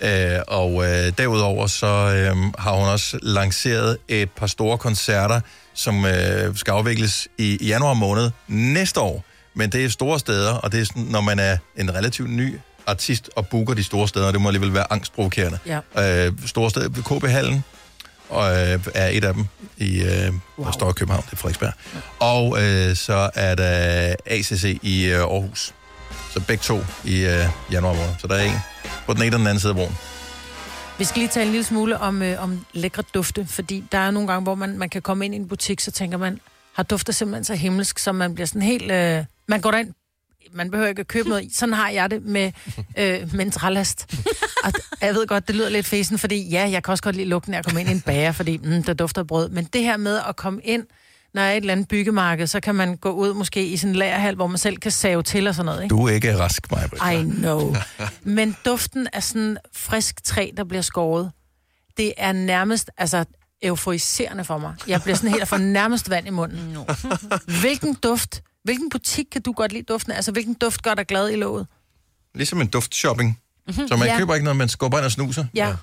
Speaker 1: Øh, og øh, derudover så øh, har hun også lanceret et par store koncerter, som øh, skal afvikles i i januar måned næste år. Men det er store steder, og det er sådan, når man er en relativt ny artist og booker de store steder, det må alligevel være angstprovokerende.
Speaker 3: Ja.
Speaker 1: Øh, store steder, KB-hallen og, øh, er et af dem i øh, wow. står i København, det er Frederiksberg. Og øh, så er der ACC i øh, Aarhus. Så begge to i øh, januar måned. Så der er en på den ene og den anden side af broen.
Speaker 3: Vi skal lige tale en lille smule om, øh, om lækre dufte, fordi der er nogle gange, hvor man, man kan komme ind i en butik, så tænker man, har dufter simpelthen så himmelsk, så man bliver sådan helt... Øh, man går derind, man behøver ikke at købe noget. i. Sådan har jeg det med øh, mentralast. Og d- jeg ved godt, det lyder lidt fesen, fordi ja, jeg kan også godt lide lugten af at komme ind i en bager, fordi mm, der dufter af brød. Men det her med at komme ind, når jeg er i et eller andet byggemarked, så kan man gå ud måske i sådan en lagerhal, hvor man selv kan save til og sådan noget. Ikke?
Speaker 1: Du er ikke rask, mig.
Speaker 3: I know. Men duften af sådan frisk træ, der bliver skåret, det er nærmest, altså euforiserende for mig. Jeg bliver sådan helt og får nærmest vand i munden. No. Hvilken duft, hvilken butik kan du godt lide duften af? Altså, hvilken duft gør dig glad i låget?
Speaker 1: Ligesom en duftshopping.
Speaker 3: Mhm.
Speaker 1: Mm-hmm. Så man
Speaker 3: Ja.
Speaker 1: ja. køber ikke noget, man skubber ind og snuser.
Speaker 3: Ja.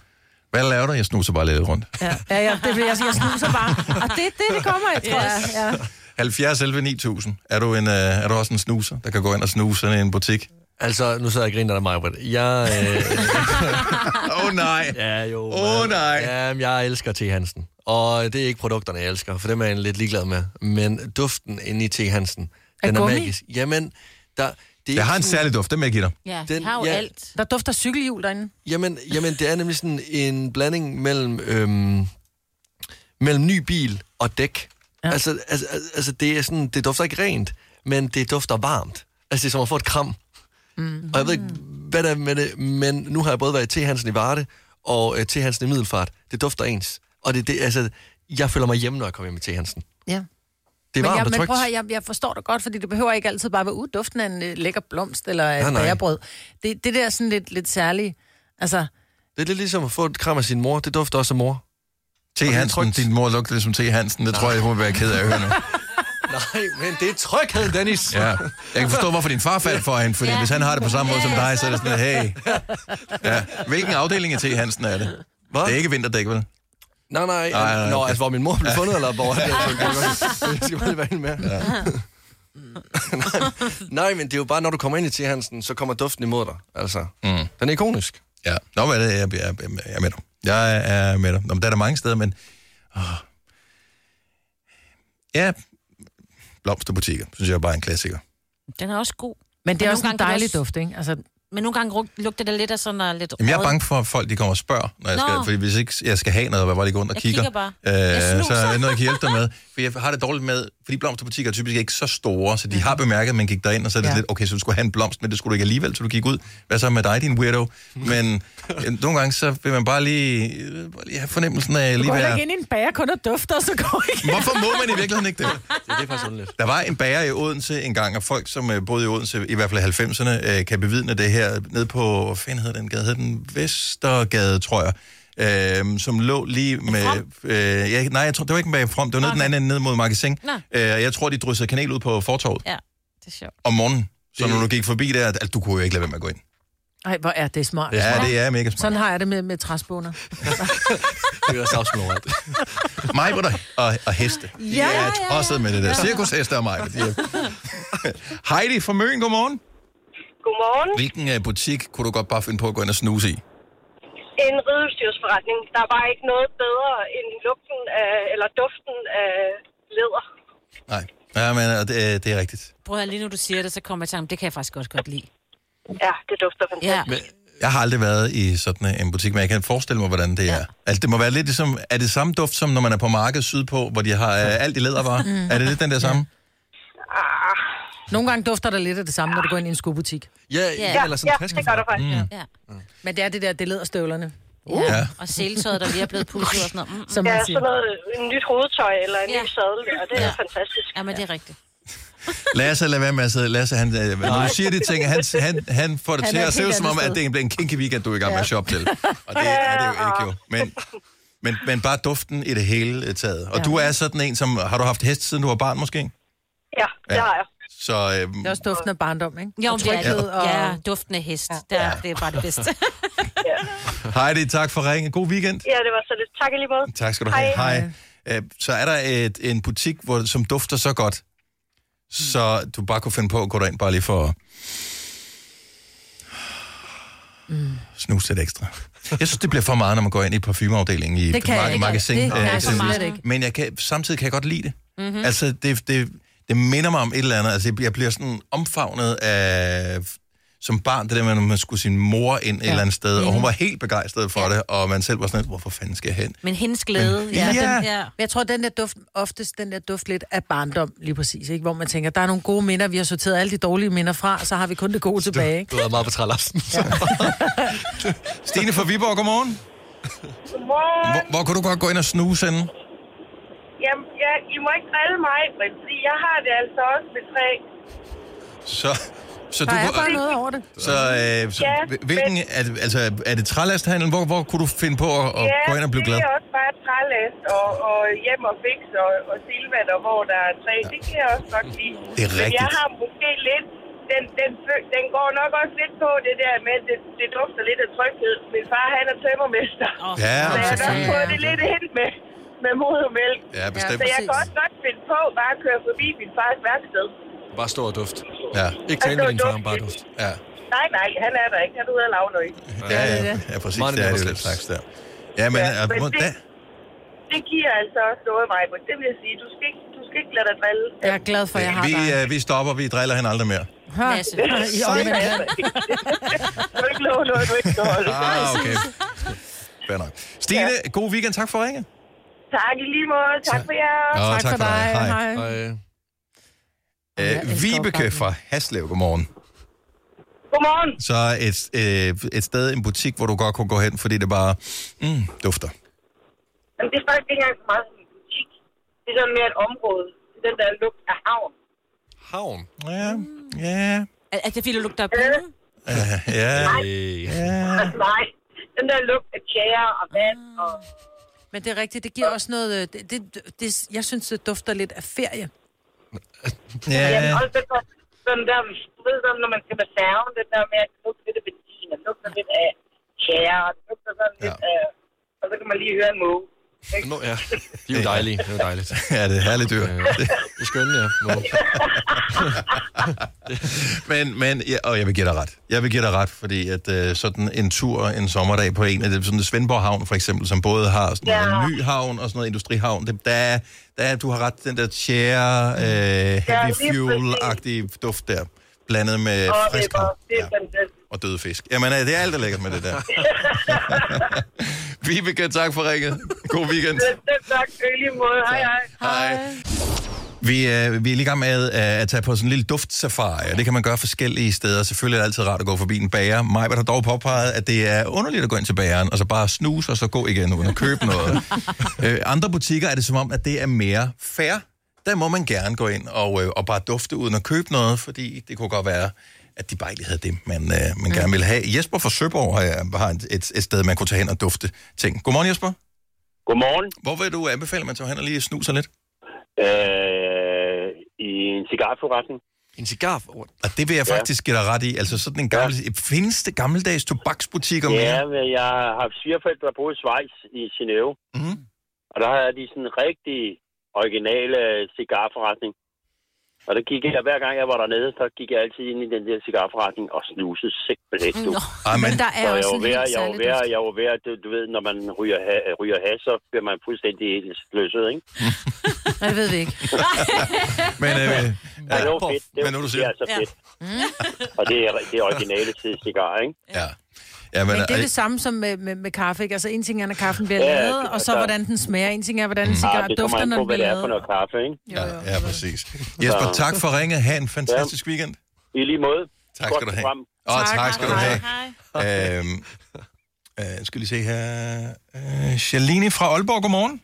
Speaker 1: Hvad laver du? Jeg snuser bare lidt rundt.
Speaker 3: Ja, ja, ja det bliver jeg sige. Jeg snuser bare. Og det er det, det kommer af, tror jeg.
Speaker 1: Yes.
Speaker 3: Ja.
Speaker 1: 70 11 9000. Er du, en, øh, er du også en snuser, der kan gå ind og snuse sådan i en butik?
Speaker 5: Altså, nu sidder jeg og griner af mig, Britt. Jeg...
Speaker 1: Åh øh... oh, nej.
Speaker 5: Ja, jo.
Speaker 1: Åh,
Speaker 5: men-
Speaker 1: nej.
Speaker 5: Jamen, jeg elsker T. Hansen. Og det er ikke produkterne, jeg elsker, for dem er jeg lidt ligeglad med. Men duften inde i T. Hansen,
Speaker 3: Af
Speaker 5: den er
Speaker 3: gummi?
Speaker 5: magisk. Jamen, der... Det
Speaker 1: Jeg har en
Speaker 5: særlig
Speaker 1: duft, det med jeg give dig.
Speaker 3: Ja, den, har jo
Speaker 5: ja.
Speaker 3: ja. alt. Der dufter cykelhjul derinde.
Speaker 5: Jamen, jamen, det er nemlig sådan en blanding mellem, øhm, mellem ny bil og dæk. Ja. Altså, altså, altså det, er sådan, det dufter ikke rent, men det dufter varmt. Altså, det er som at få et kram.
Speaker 3: Mm-hmm.
Speaker 5: Mm. Og jeg ved ikke, hvad der er med det, men nu har jeg både været i T. Hansen i Varde og øh, T. Hansen i Middelfart. Det dufter ens. Og det, det, altså, jeg føler mig hjemme, når jeg kommer hjem i T. Hansen.
Speaker 3: Ja.
Speaker 5: Det er
Speaker 3: men
Speaker 5: varmt
Speaker 3: jeg,
Speaker 5: og
Speaker 3: men
Speaker 5: trygt.
Speaker 3: prøv at, høre, jeg, jeg forstår det godt, fordi det behøver ikke altid bare være ud duften af en øh, lækker blomst eller
Speaker 5: Nej,
Speaker 3: et
Speaker 5: nej.
Speaker 3: bagerbrød. Det, det der er sådan lidt, lidt særligt. Altså,
Speaker 5: Det er lidt ligesom at få et kram af sin mor. Det dufter også af mor.
Speaker 1: T. Hansen, din mor lugter ligesom T. Hansen. Det tror jeg, hun vil være ked af at høre nu.
Speaker 5: Nej, men det er tryghed, Dennis.
Speaker 1: Ja. Jeg kan forstå, hvorfor din far faldt for hende, fordi ja. hvis han har det på samme måde som dig, så er det sådan, hey. Ja. Hvilken afdeling af T. Hansen er det? Hvad? Det er ikke vinterdæk, vel?
Speaker 5: Nej, nej.
Speaker 1: Nej,
Speaker 5: nej,
Speaker 1: nej,
Speaker 5: Nå,
Speaker 1: okay.
Speaker 5: altså, hvor min mor blev
Speaker 1: Ja.
Speaker 5: fundet, eller hvor...
Speaker 1: Ja.
Speaker 5: Jeg skal bare lige være helt med. Ja. nej, men det er jo bare, når du kommer ind i T. Hansen, så kommer duften imod dig. Altså,
Speaker 1: Mm.
Speaker 5: den er ikonisk.
Speaker 1: Ja. Nå, men jeg, jeg, jeg, jeg, jeg er med dig. Jeg er med dig. Nå, men der er der mange steder, men... Åh. Ja, blomsterbutikker, synes jeg er bare en klassiker.
Speaker 4: Den er også god.
Speaker 3: men det er
Speaker 4: nogle
Speaker 3: også en
Speaker 4: gange kan det
Speaker 3: dejlig
Speaker 4: også-
Speaker 3: duft, ikke? Altså,
Speaker 4: Men nogle gange rug- lugter det lidt af sådan noget lidt
Speaker 1: Jamen, jeg er
Speaker 4: rød-
Speaker 1: bange for, at folk de kommer og spørger, når jeg
Speaker 4: Nå.
Speaker 1: skal, fordi hvis ikke jeg skal have noget, hvad bare lige gå rundt og
Speaker 4: Jeg
Speaker 1: kigger,
Speaker 4: kigger bare. Jeg
Speaker 1: Øh, så er
Speaker 4: snuser.
Speaker 1: det noget, jeg kan hjælpe dig med. For jeg har det dårligt med, fordi blomsterbutikker er typisk ikke så store, så de har
Speaker 4: Mhm.
Speaker 1: bemærket, at man gik derind, og så er det
Speaker 5: Ja.
Speaker 1: ja. lidt, okay, så du skulle have en blomst, men det skulle du ikke alligevel, så du gik ud. Hvad så med dig, din weirdo? Men øh, nogle gange, så vil man bare lige, øh, bare lige have fornemmelsen af
Speaker 3: du
Speaker 1: lige
Speaker 3: går heller
Speaker 1: være...
Speaker 3: ikke ind i en bager, kun og dufter, og så går ikke.
Speaker 1: Hvorfor må man i virkeligheden ikke det?
Speaker 5: Det er faktisk underligt.
Speaker 1: Der var en bager i Odense engang, og folk, som øh, boede i Odense, i hvert fald i 90'erne, øh, kan bevidne det her, ned på, hvad fanden hedder den gade? Hed den Vestergade, tror jeg. Øh, som lå lige med... Øh, ja, nej, jeg tror, det var ikke en bager From, det var nede okay. den anden ende, ned mod Magasin.
Speaker 4: Nå.
Speaker 1: Øh, jeg tror, de dryssede kanel ud på fortorvet
Speaker 4: Ja, det er sjovt.
Speaker 1: om morgenen. Så når du gik forbi der, at, at du kunne jo ikke lade være med at gå ind.
Speaker 3: Ej, hvor er det smart.
Speaker 1: Ja, det er mega smart.
Speaker 3: Sådan har jeg det med, med træsboner.
Speaker 5: Det er også afsmåret.
Speaker 1: Mig og, og heste. Ja,
Speaker 3: ja,
Speaker 1: Jeg er tosset med det der.
Speaker 3: Ja.
Speaker 1: Cirkusheste og mig. De er... Heidi fra Møn, godmorgen.
Speaker 16: Godmorgen.
Speaker 1: Hvilken øh, butik kunne du godt bare finde på at gå ind og snuse i?
Speaker 16: En ridestyrsforretning. Der er bare ikke noget bedre end lugten af, eller duften af læder.
Speaker 1: Nej. Ja, men øh, det, øh, det er rigtigt.
Speaker 4: Prøv at høre, lige nu du siger det, så kommer jeg til ham. Det kan jeg faktisk også godt lide.
Speaker 16: Ja, det dufter fantastisk.
Speaker 1: Men... Jeg har aldrig været i sådan øh, en butik, men jeg kan forestille mig, hvordan det ja. er. Altså, det må være lidt ligesom, er det samme duft, som når man er på markedet sydpå, hvor de har øh, alt i lædervarer?
Speaker 3: Mm.
Speaker 1: Mm. Er det lidt den der samme?
Speaker 3: Nogle gange dufter der lidt af det samme, når du går ind i en skobutik.
Speaker 4: Ja, eller sådan en ja, taske det gør der
Speaker 1: faktisk. Mm.
Speaker 4: Ja.
Speaker 3: Men det er det der, det leder støvlerne.
Speaker 1: Uh. Ja.
Speaker 4: Og seletøjet, der lige er blevet pudset og sådan noget. Mm,
Speaker 3: Som man
Speaker 16: ja,
Speaker 3: siger.
Speaker 16: sådan noget en nyt hovedtøj eller en ja. ny sadel, og det er ja. fantastisk.
Speaker 4: Ja, men det er rigtigt.
Speaker 1: Lasse, lad være med at sidde. Lasse, han, øh, når du siger de ting, han, han, han får det
Speaker 4: Han
Speaker 1: til
Speaker 4: er
Speaker 1: at se
Speaker 4: helt
Speaker 1: ud som om,
Speaker 4: andet
Speaker 1: at
Speaker 4: sted.
Speaker 1: det bliver en kinky weekend, du er i gang med at shoppe til. Og det er det jo ikke jo. Men Men, men bare duften i det hele øh, taget. Og
Speaker 3: Ja.
Speaker 1: ja. du er sådan en, som... Har du haft hest, siden du var barn, måske?
Speaker 16: Ja,
Speaker 1: det har
Speaker 16: jeg.
Speaker 1: Så øh,
Speaker 3: Det er også duften af barndom, ikke?
Speaker 4: Jo,
Speaker 3: Og
Speaker 4: det er,
Speaker 3: tryghed og-
Speaker 4: ja, duften af hest. Ja. Der, det er bare det bedste.
Speaker 1: Heidi, tak for ringen. God weekend.
Speaker 16: Ja, det var så lidt. Tak i lige måde.
Speaker 1: Tak skal du have.
Speaker 16: Hej.
Speaker 1: Hej. Hej. Øh, Så er der et, en butik, hvor, som dufter så godt, så du bare kunne finde på at gå derind bare lige for at
Speaker 3: Mm.
Speaker 1: snuse lidt ekstra. Jeg synes, det bliver for meget, når man går ind i parfumeafdelingen i
Speaker 3: Det kan jeg
Speaker 1: ma-
Speaker 3: ikke.
Speaker 1: magasin.
Speaker 3: Det-
Speaker 1: øh,
Speaker 3: nej, for meget
Speaker 1: eksempelvis.
Speaker 3: det ikke.
Speaker 1: Men jeg kan, samtidig kan jeg godt lide det.
Speaker 3: Mhm.
Speaker 1: Mm-hmm. Altså, det, det, det minder mig om et eller andet. Altså, jeg- jeg bliver sådan omfavnet af som barn, det der med, at man skulle sin mor ind et
Speaker 4: Ja.
Speaker 1: eller andet sted,
Speaker 3: Mhm.
Speaker 1: og hun
Speaker 4: Enig.
Speaker 1: var helt begejstret for det, og man selv var sådan lidt, hvorfor fanden skal jeg hen?
Speaker 4: Men hendes glæde,
Speaker 1: Men-
Speaker 4: ja.
Speaker 1: Ja.
Speaker 4: Den, ja.
Speaker 3: Men jeg tror, den der duft, oftest den der duft lidt af barndom, lige præcis, ikke? Hvor man tænker, der er nogle gode minder, vi har sorteret alle de dårlige minder fra, så har vi kun det gode tilbage, ikke?
Speaker 5: Du har meget på trælaften.
Speaker 1: Stine fra Viborg, godmorgen.
Speaker 16: Godmorgen.
Speaker 1: Hvor, hvor kunne du godt gå ind og snuse henne?
Speaker 16: Jamen, ja, I må ikke drille mig, men fordi jeg har det altså også med træ.
Speaker 1: Så, så
Speaker 16: Der
Speaker 1: du
Speaker 16: er
Speaker 1: kunne-
Speaker 16: bare noget
Speaker 3: over det.
Speaker 1: Så, øh, så
Speaker 16: Ja,
Speaker 1: ja, hvilken,
Speaker 16: men-
Speaker 1: er, det- altså, er det trælasthandel? Hvor, hvor kunne du finde på at, at gå ind og blive glad?
Speaker 16: det er også bare trælæst og, og hjem og fix og, og silvan og hvor der er træ. Det kan jeg også godt lide.
Speaker 1: Det er
Speaker 16: Men jeg
Speaker 1: rigtigt.
Speaker 16: har måske lidt... Den, den, fø- den går nok også lidt på det der med, at det, det dufter lidt af tryghed. Min far, han er tømmermester.
Speaker 1: Ja, men
Speaker 16: så jeg har nok
Speaker 1: selvfølgelig.
Speaker 16: fået det lidt hen med, med modermælk.
Speaker 1: Ja, bestemt.
Speaker 16: Så jeg
Speaker 1: Ja,
Speaker 16: kan også godt finde på bare at køre forbi min fars værksted.
Speaker 5: Bare stor duft.
Speaker 1: Ja.
Speaker 5: Ikke tale med din far, bare duft.
Speaker 1: Ja.
Speaker 16: Nej, nej, han er der ikke. Han er ude af lavnøg.
Speaker 1: Ja, ja, ja, præcis.
Speaker 5: Meget
Speaker 1: Det er det
Speaker 5: nemmere
Speaker 1: jo slags der. Ja, men, øh, ja,
Speaker 16: men det-
Speaker 1: da,
Speaker 16: Det giver altså også noget, mig, men det vil jeg sige. Du skal ikke, du skal ikke lade dig drille.
Speaker 3: Jeg er glad for, at jeg har
Speaker 1: vi, øh, vi stopper, vi driller hende aldrig mere.
Speaker 3: Lasse. I omvendt hand.
Speaker 16: Du må ikke love noget, du ikke kan holde.
Speaker 1: Ah, okay. Fair nok. Stine, ja. god weekend. Tak for ringet.
Speaker 16: Tak i lige måde. Tak for jer.
Speaker 1: Nå, tak for dig. Hej.
Speaker 5: Hej.
Speaker 1: Øh, Vibeke fra Haslev, godmorgen.
Speaker 16: Godmorgen.
Speaker 1: Så et, øh, et sted, en butik, hvor du godt kunne gå hen, fordi det bare mm, dufter.
Speaker 16: Jamen, det er faktisk ikke engang så meget som en butik. Det er sådan mere et område. Det er Den der lugt af havn.
Speaker 5: Havn?
Speaker 1: Ja, ja.
Speaker 4: Er, er det fordi, du lugter af
Speaker 16: Øh,
Speaker 4: penge?
Speaker 1: Ja, ja. ja.
Speaker 16: Nej, den der lugt af tjære og vand og...
Speaker 3: Mm. Men det er rigtigt, det giver også noget... øh, Det, det, det, jeg synes, det dufter lidt af ferie.
Speaker 16: Jamen, også den der, sådan der, du ved sådan, når man skal med færgen, den der med at lugte lidt af benzin, og lugter lidt af tjære, og det lugter sådan lidt af... Og så kan man lige høre en måge.
Speaker 5: Nå, ja. De er jo dejlige. Det er jo dejligt.
Speaker 1: Ja, det er herligt dyr.
Speaker 5: Det er skønne, ja. Må.
Speaker 1: Men, men ja, og jeg vil give dig ret. Jeg vil give dig ret, fordi at øh, sådan en tur en sommerdag på en af det, sådan en Svendborg Havn for eksempel, som både har sådan noget
Speaker 16: Ja.
Speaker 1: ny havn og sådan noget industrihavn, det, der, er- der, er- du har ret, den der tjære, øh,
Speaker 16: Ja,
Speaker 1: heavy
Speaker 16: lige
Speaker 1: fuel-agtige duft der, blandet med
Speaker 16: og det
Speaker 1: Øh, frisk
Speaker 16: er,
Speaker 1: hav
Speaker 16: det er fantastisk.
Speaker 1: og døde fisk. Jamen, øh, det er alt, der lækkert med det der. Vibeke, tak for ringet. God weekend.
Speaker 16: Det er tak, i lige måde. Hej, hej.
Speaker 1: Hej. Vi, øh, vi er lige i gang med øh, at tage på sådan en lille duftsafari, og det kan man gøre forskellige steder. Selvfølgelig er det altid rart at gå forbi en bager. Majbert har dog påpeget, at det er underligt at gå ind til bageren, og så bare snuse, og så gå igen uden at købe noget. øh, andre butikker er det som om, at det er mere fair. Der må man gerne gå ind og, øh, og bare dufte uden at købe noget, fordi det kunne godt være, at de bare ikke lige havde det, man, øh, man gerne ville have. Jesper fra Søborg har, har et, et sted, man kunne tage hen og dufte ting. Godmorgen, Jesper.
Speaker 20: Godmorgen.
Speaker 1: Hvor vil du anbefale, at man tager hen og lige snuser lidt?
Speaker 20: Øh, I en cigarforretning.
Speaker 5: En cigar?
Speaker 1: Og det vil jeg faktisk give dig ret i. Altså sådan en gammel... Ja. Findes det gammeldags tobaksbutikker mere?
Speaker 20: Ja, men jeg har haft svigerforældre, der boede i Schweiz i Genève.
Speaker 1: Mhm.
Speaker 20: Og der havde de sådan en rigtig originale cigarforretning. Og der gik jeg, hver gang jeg var dernede, så gik jeg altid ind i den der cigarforretning og snusede simpelthen. Du.
Speaker 4: Nå, Ej, men der er
Speaker 20: Så
Speaker 4: også
Speaker 20: jeg var
Speaker 4: en
Speaker 20: ved,
Speaker 4: helt
Speaker 20: jeg var
Speaker 4: særlig
Speaker 20: ved,
Speaker 4: duft.
Speaker 20: jeg var ved, du, du ved, når man ryger, ha- ryger has, så bliver man fuldstændig løsset, ikke?
Speaker 3: Nej, det ved vi ikke.
Speaker 1: Men, øh,
Speaker 20: Ja, det var fedt. Det, var, men nu, du siger. det er så
Speaker 3: Ja. Mm.
Speaker 20: fedt. Og det er, det er originale til cigar, ikke?
Speaker 1: Ja. ja
Speaker 3: Men øh, det er det samme som med, med, med kaffe, ikke? Altså, en ting er, når kaffen bliver
Speaker 20: Ja, ja,
Speaker 3: lavet,
Speaker 20: det-
Speaker 3: og så
Speaker 20: altså-
Speaker 3: hvordan den smager. En ting er, hvordan
Speaker 1: Mm.
Speaker 3: en
Speaker 20: Ja,
Speaker 3: cigaret
Speaker 20: Ah, det kommer
Speaker 3: dufter,
Speaker 20: an
Speaker 3: når
Speaker 20: på,
Speaker 3: den
Speaker 20: hvad
Speaker 3: bliver
Speaker 20: det er for
Speaker 3: lavet.
Speaker 20: noget kaffe, ikke?
Speaker 1: Ja, ja, præcis. Jesper,
Speaker 20: Så-
Speaker 1: tak for ringet. Ha' en fantastisk weekend.
Speaker 20: I lige måde.
Speaker 1: Tak
Speaker 20: Godt
Speaker 1: skal du have.
Speaker 20: program.
Speaker 1: Åh, oh, tak skal du have.
Speaker 20: Hej.
Speaker 1: Øhm, øh, skal lige se her. Øh, Shaline fra Aalborg, godmorgen.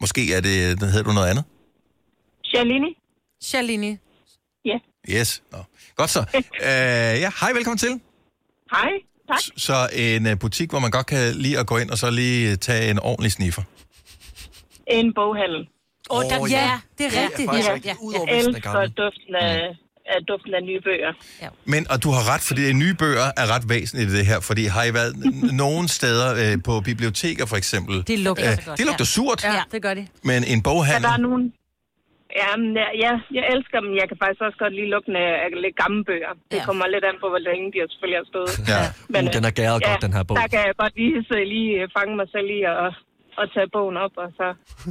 Speaker 1: Måske er det, hedder du noget andet?
Speaker 3: Shalini. Shalini. Ja.
Speaker 1: Yes. Nå. Godt så. Øh, ja, hej, velkommen til.
Speaker 21: Hej.
Speaker 1: Tak. Så en øh, butik, hvor man godt kan lige at gå ind og så lige øh, tage en ordentlig sniffer.
Speaker 16: En boghandel.
Speaker 4: Åh, oh, der- ja, det er rigtigt.
Speaker 16: Ja,
Speaker 4: Ja,
Speaker 16: ja,
Speaker 4: ja,
Speaker 16: ja.
Speaker 4: ja.
Speaker 16: Jeg
Speaker 1: resten af
Speaker 16: elsker
Speaker 1: gamle.
Speaker 16: duften af, af, duften af nye bøger.
Speaker 4: Ja.
Speaker 1: Men, og du har ret, fordi nye bøger er ret væsentligt i det her, fordi har I været n- nogen steder øh, på biblioteker for eksempel?
Speaker 16: Det lugter
Speaker 1: øh,
Speaker 16: så godt,
Speaker 1: Det lugter
Speaker 16: ja.
Speaker 1: surt,
Speaker 16: Ja.
Speaker 1: ja.
Speaker 3: Det gør de.
Speaker 1: men en
Speaker 16: Ja,
Speaker 1: boghandel...
Speaker 16: der er nogen... Ja, men, ja, ja, jeg elsker dem. Jeg kan faktisk også godt lide lugten af, af lidt gamle bøger. Det kommer lidt an på, hvor længe de har selvfølgelig har stået.
Speaker 5: Ja.
Speaker 16: Men,
Speaker 5: Uh, den har gæret godt, den her bog.
Speaker 16: Der kan jeg godt lige, så lige øh, fange mig selv i og, og tage bogen op, og så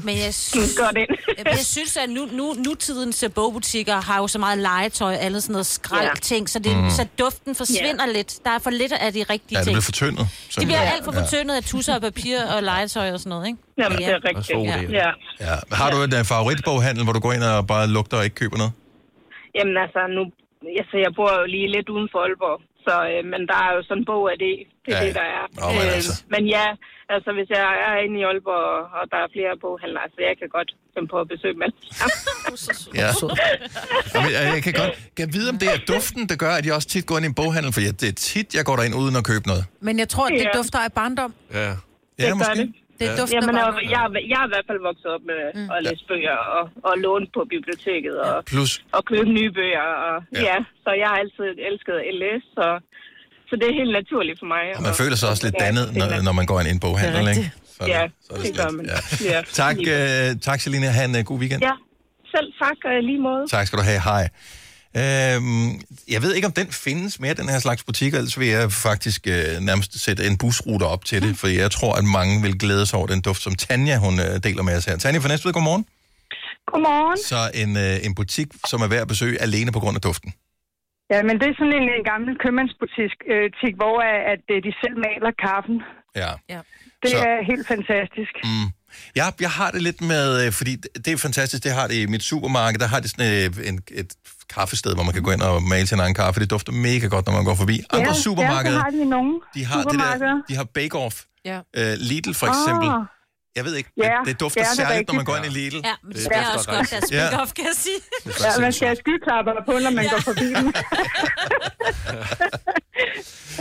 Speaker 4: Men jeg
Speaker 16: synes godt ind.
Speaker 4: Jamen, Jeg synes, at nu, nu, nutidens øh, bogbutikker har jo så meget legetøj og alle sådan noget skrald ting, så, det,
Speaker 1: Mm.
Speaker 4: mm. så duften forsvinder lidt. Der er for lidt af de rigtige
Speaker 1: Ja, det
Speaker 4: ting.
Speaker 1: bliver fortyndet.
Speaker 4: det bliver alt for fortyndet af tusser og papir og legetøj og sådan noget, ikke?
Speaker 16: Jamen, det er
Speaker 1: Også
Speaker 16: rigtigt.
Speaker 1: god idé.
Speaker 16: Ja.
Speaker 1: Ja. Ja. Har du en øh, favoritboghandel, hvor du går ind og bare lugter og ikke køber noget?
Speaker 16: Jamen altså, nu, altså, jeg bor jo lige lidt uden for Aalborg, så, øh, men der er jo sådan en bog af det. Det er
Speaker 1: Ja,
Speaker 16: ja. det, der er. Øh,
Speaker 1: Nå, men altså.
Speaker 16: men ja, altså hvis jeg er inde i Aalborg, og der er flere boghandlere, så jeg kan godt finde på at besøge dem alle sammen.
Speaker 1: Ja. Jamen, jeg jeg kan godt kan jeg vide, om det er duften, der gør, at jeg også tit går ind i en boghandel, for jeg, det er tit, jeg går derind uden at købe noget.
Speaker 3: Men jeg tror, det
Speaker 16: Ja.
Speaker 3: dufter af barndom.
Speaker 1: Ja.
Speaker 16: Det
Speaker 1: Ja,
Speaker 16: gør
Speaker 1: måske.
Speaker 16: det.
Speaker 3: Det
Speaker 1: Ja.
Speaker 3: dufter
Speaker 16: Jamen, jeg,
Speaker 3: godt.
Speaker 16: jeg, er- jeg er i hvert fald vokset op med mm. at læse bøger og, og låne på biblioteket og,
Speaker 1: Plus,
Speaker 16: og købe nye bøger. Og,
Speaker 1: Ja.
Speaker 16: ja. ja, så jeg har altid elsket at læse, så, så det er helt naturligt for mig.
Speaker 1: og man føler sig også lidt dannet, når, når man går ind i en boghandel, ikke? Så,
Speaker 16: ja,
Speaker 1: så er det
Speaker 16: det gør man.
Speaker 1: Ja.
Speaker 16: Ja.
Speaker 1: Tak, øh, tak Selina. Ha' en øh, god weekend.
Speaker 16: Ja, selv tak og i lige måde.
Speaker 1: Tak skal du have. Hej. Øhm, jeg ved ikke, om den findes mere, den her slags butikker, ellers vil jeg faktisk øh, nærmest sætte en busrute op til det, for jeg tror, at mange vil glæde sig over den duft, som Tanja hun øh, deler med os her. Tanja fra Næstved, godmorgen.
Speaker 8: Godmorgen.
Speaker 1: Så en, øh, en butik, som er værd at besøge alene på grund af duften.
Speaker 8: Ja, men det er sådan en, en gammel købmandsbutik, øh, tik, hvor at, at øh, de selv maler kaffen.
Speaker 1: Ja.
Speaker 8: Ja. Det så.
Speaker 1: Så-
Speaker 8: er helt fantastisk.
Speaker 1: Mm. Ja, jeg har det lidt med, øh, fordi det det er fantastisk, det har det i mit supermarked, der har det sådan øh, en, et kaffested, hvor man kan gå ind og male sin egen kaffe. Det dufter mega godt, når man går forbi. Andre
Speaker 8: ja,
Speaker 1: supermarkeder,
Speaker 8: Ja, så har de nogen
Speaker 1: de har, det
Speaker 8: supermarkeder. Ah.
Speaker 1: der, de har bake-off.
Speaker 8: Ja.
Speaker 1: Øh, Lidl for eksempel.
Speaker 8: Åh.
Speaker 1: Jeg ved ikke,
Speaker 8: Ja,
Speaker 1: det, det dufter
Speaker 8: ja,
Speaker 1: ja,
Speaker 8: det er
Speaker 1: det særligt, når man
Speaker 8: rigtigt.
Speaker 1: går ind i Lidl.
Speaker 8: Ja, men det smager
Speaker 1: dufter
Speaker 8: også godt
Speaker 1: rigtig.
Speaker 8: deres bake-off.
Speaker 4: Kan jeg sige?
Speaker 8: Ja, man skal have skyklapperne på, når man går forbi dem.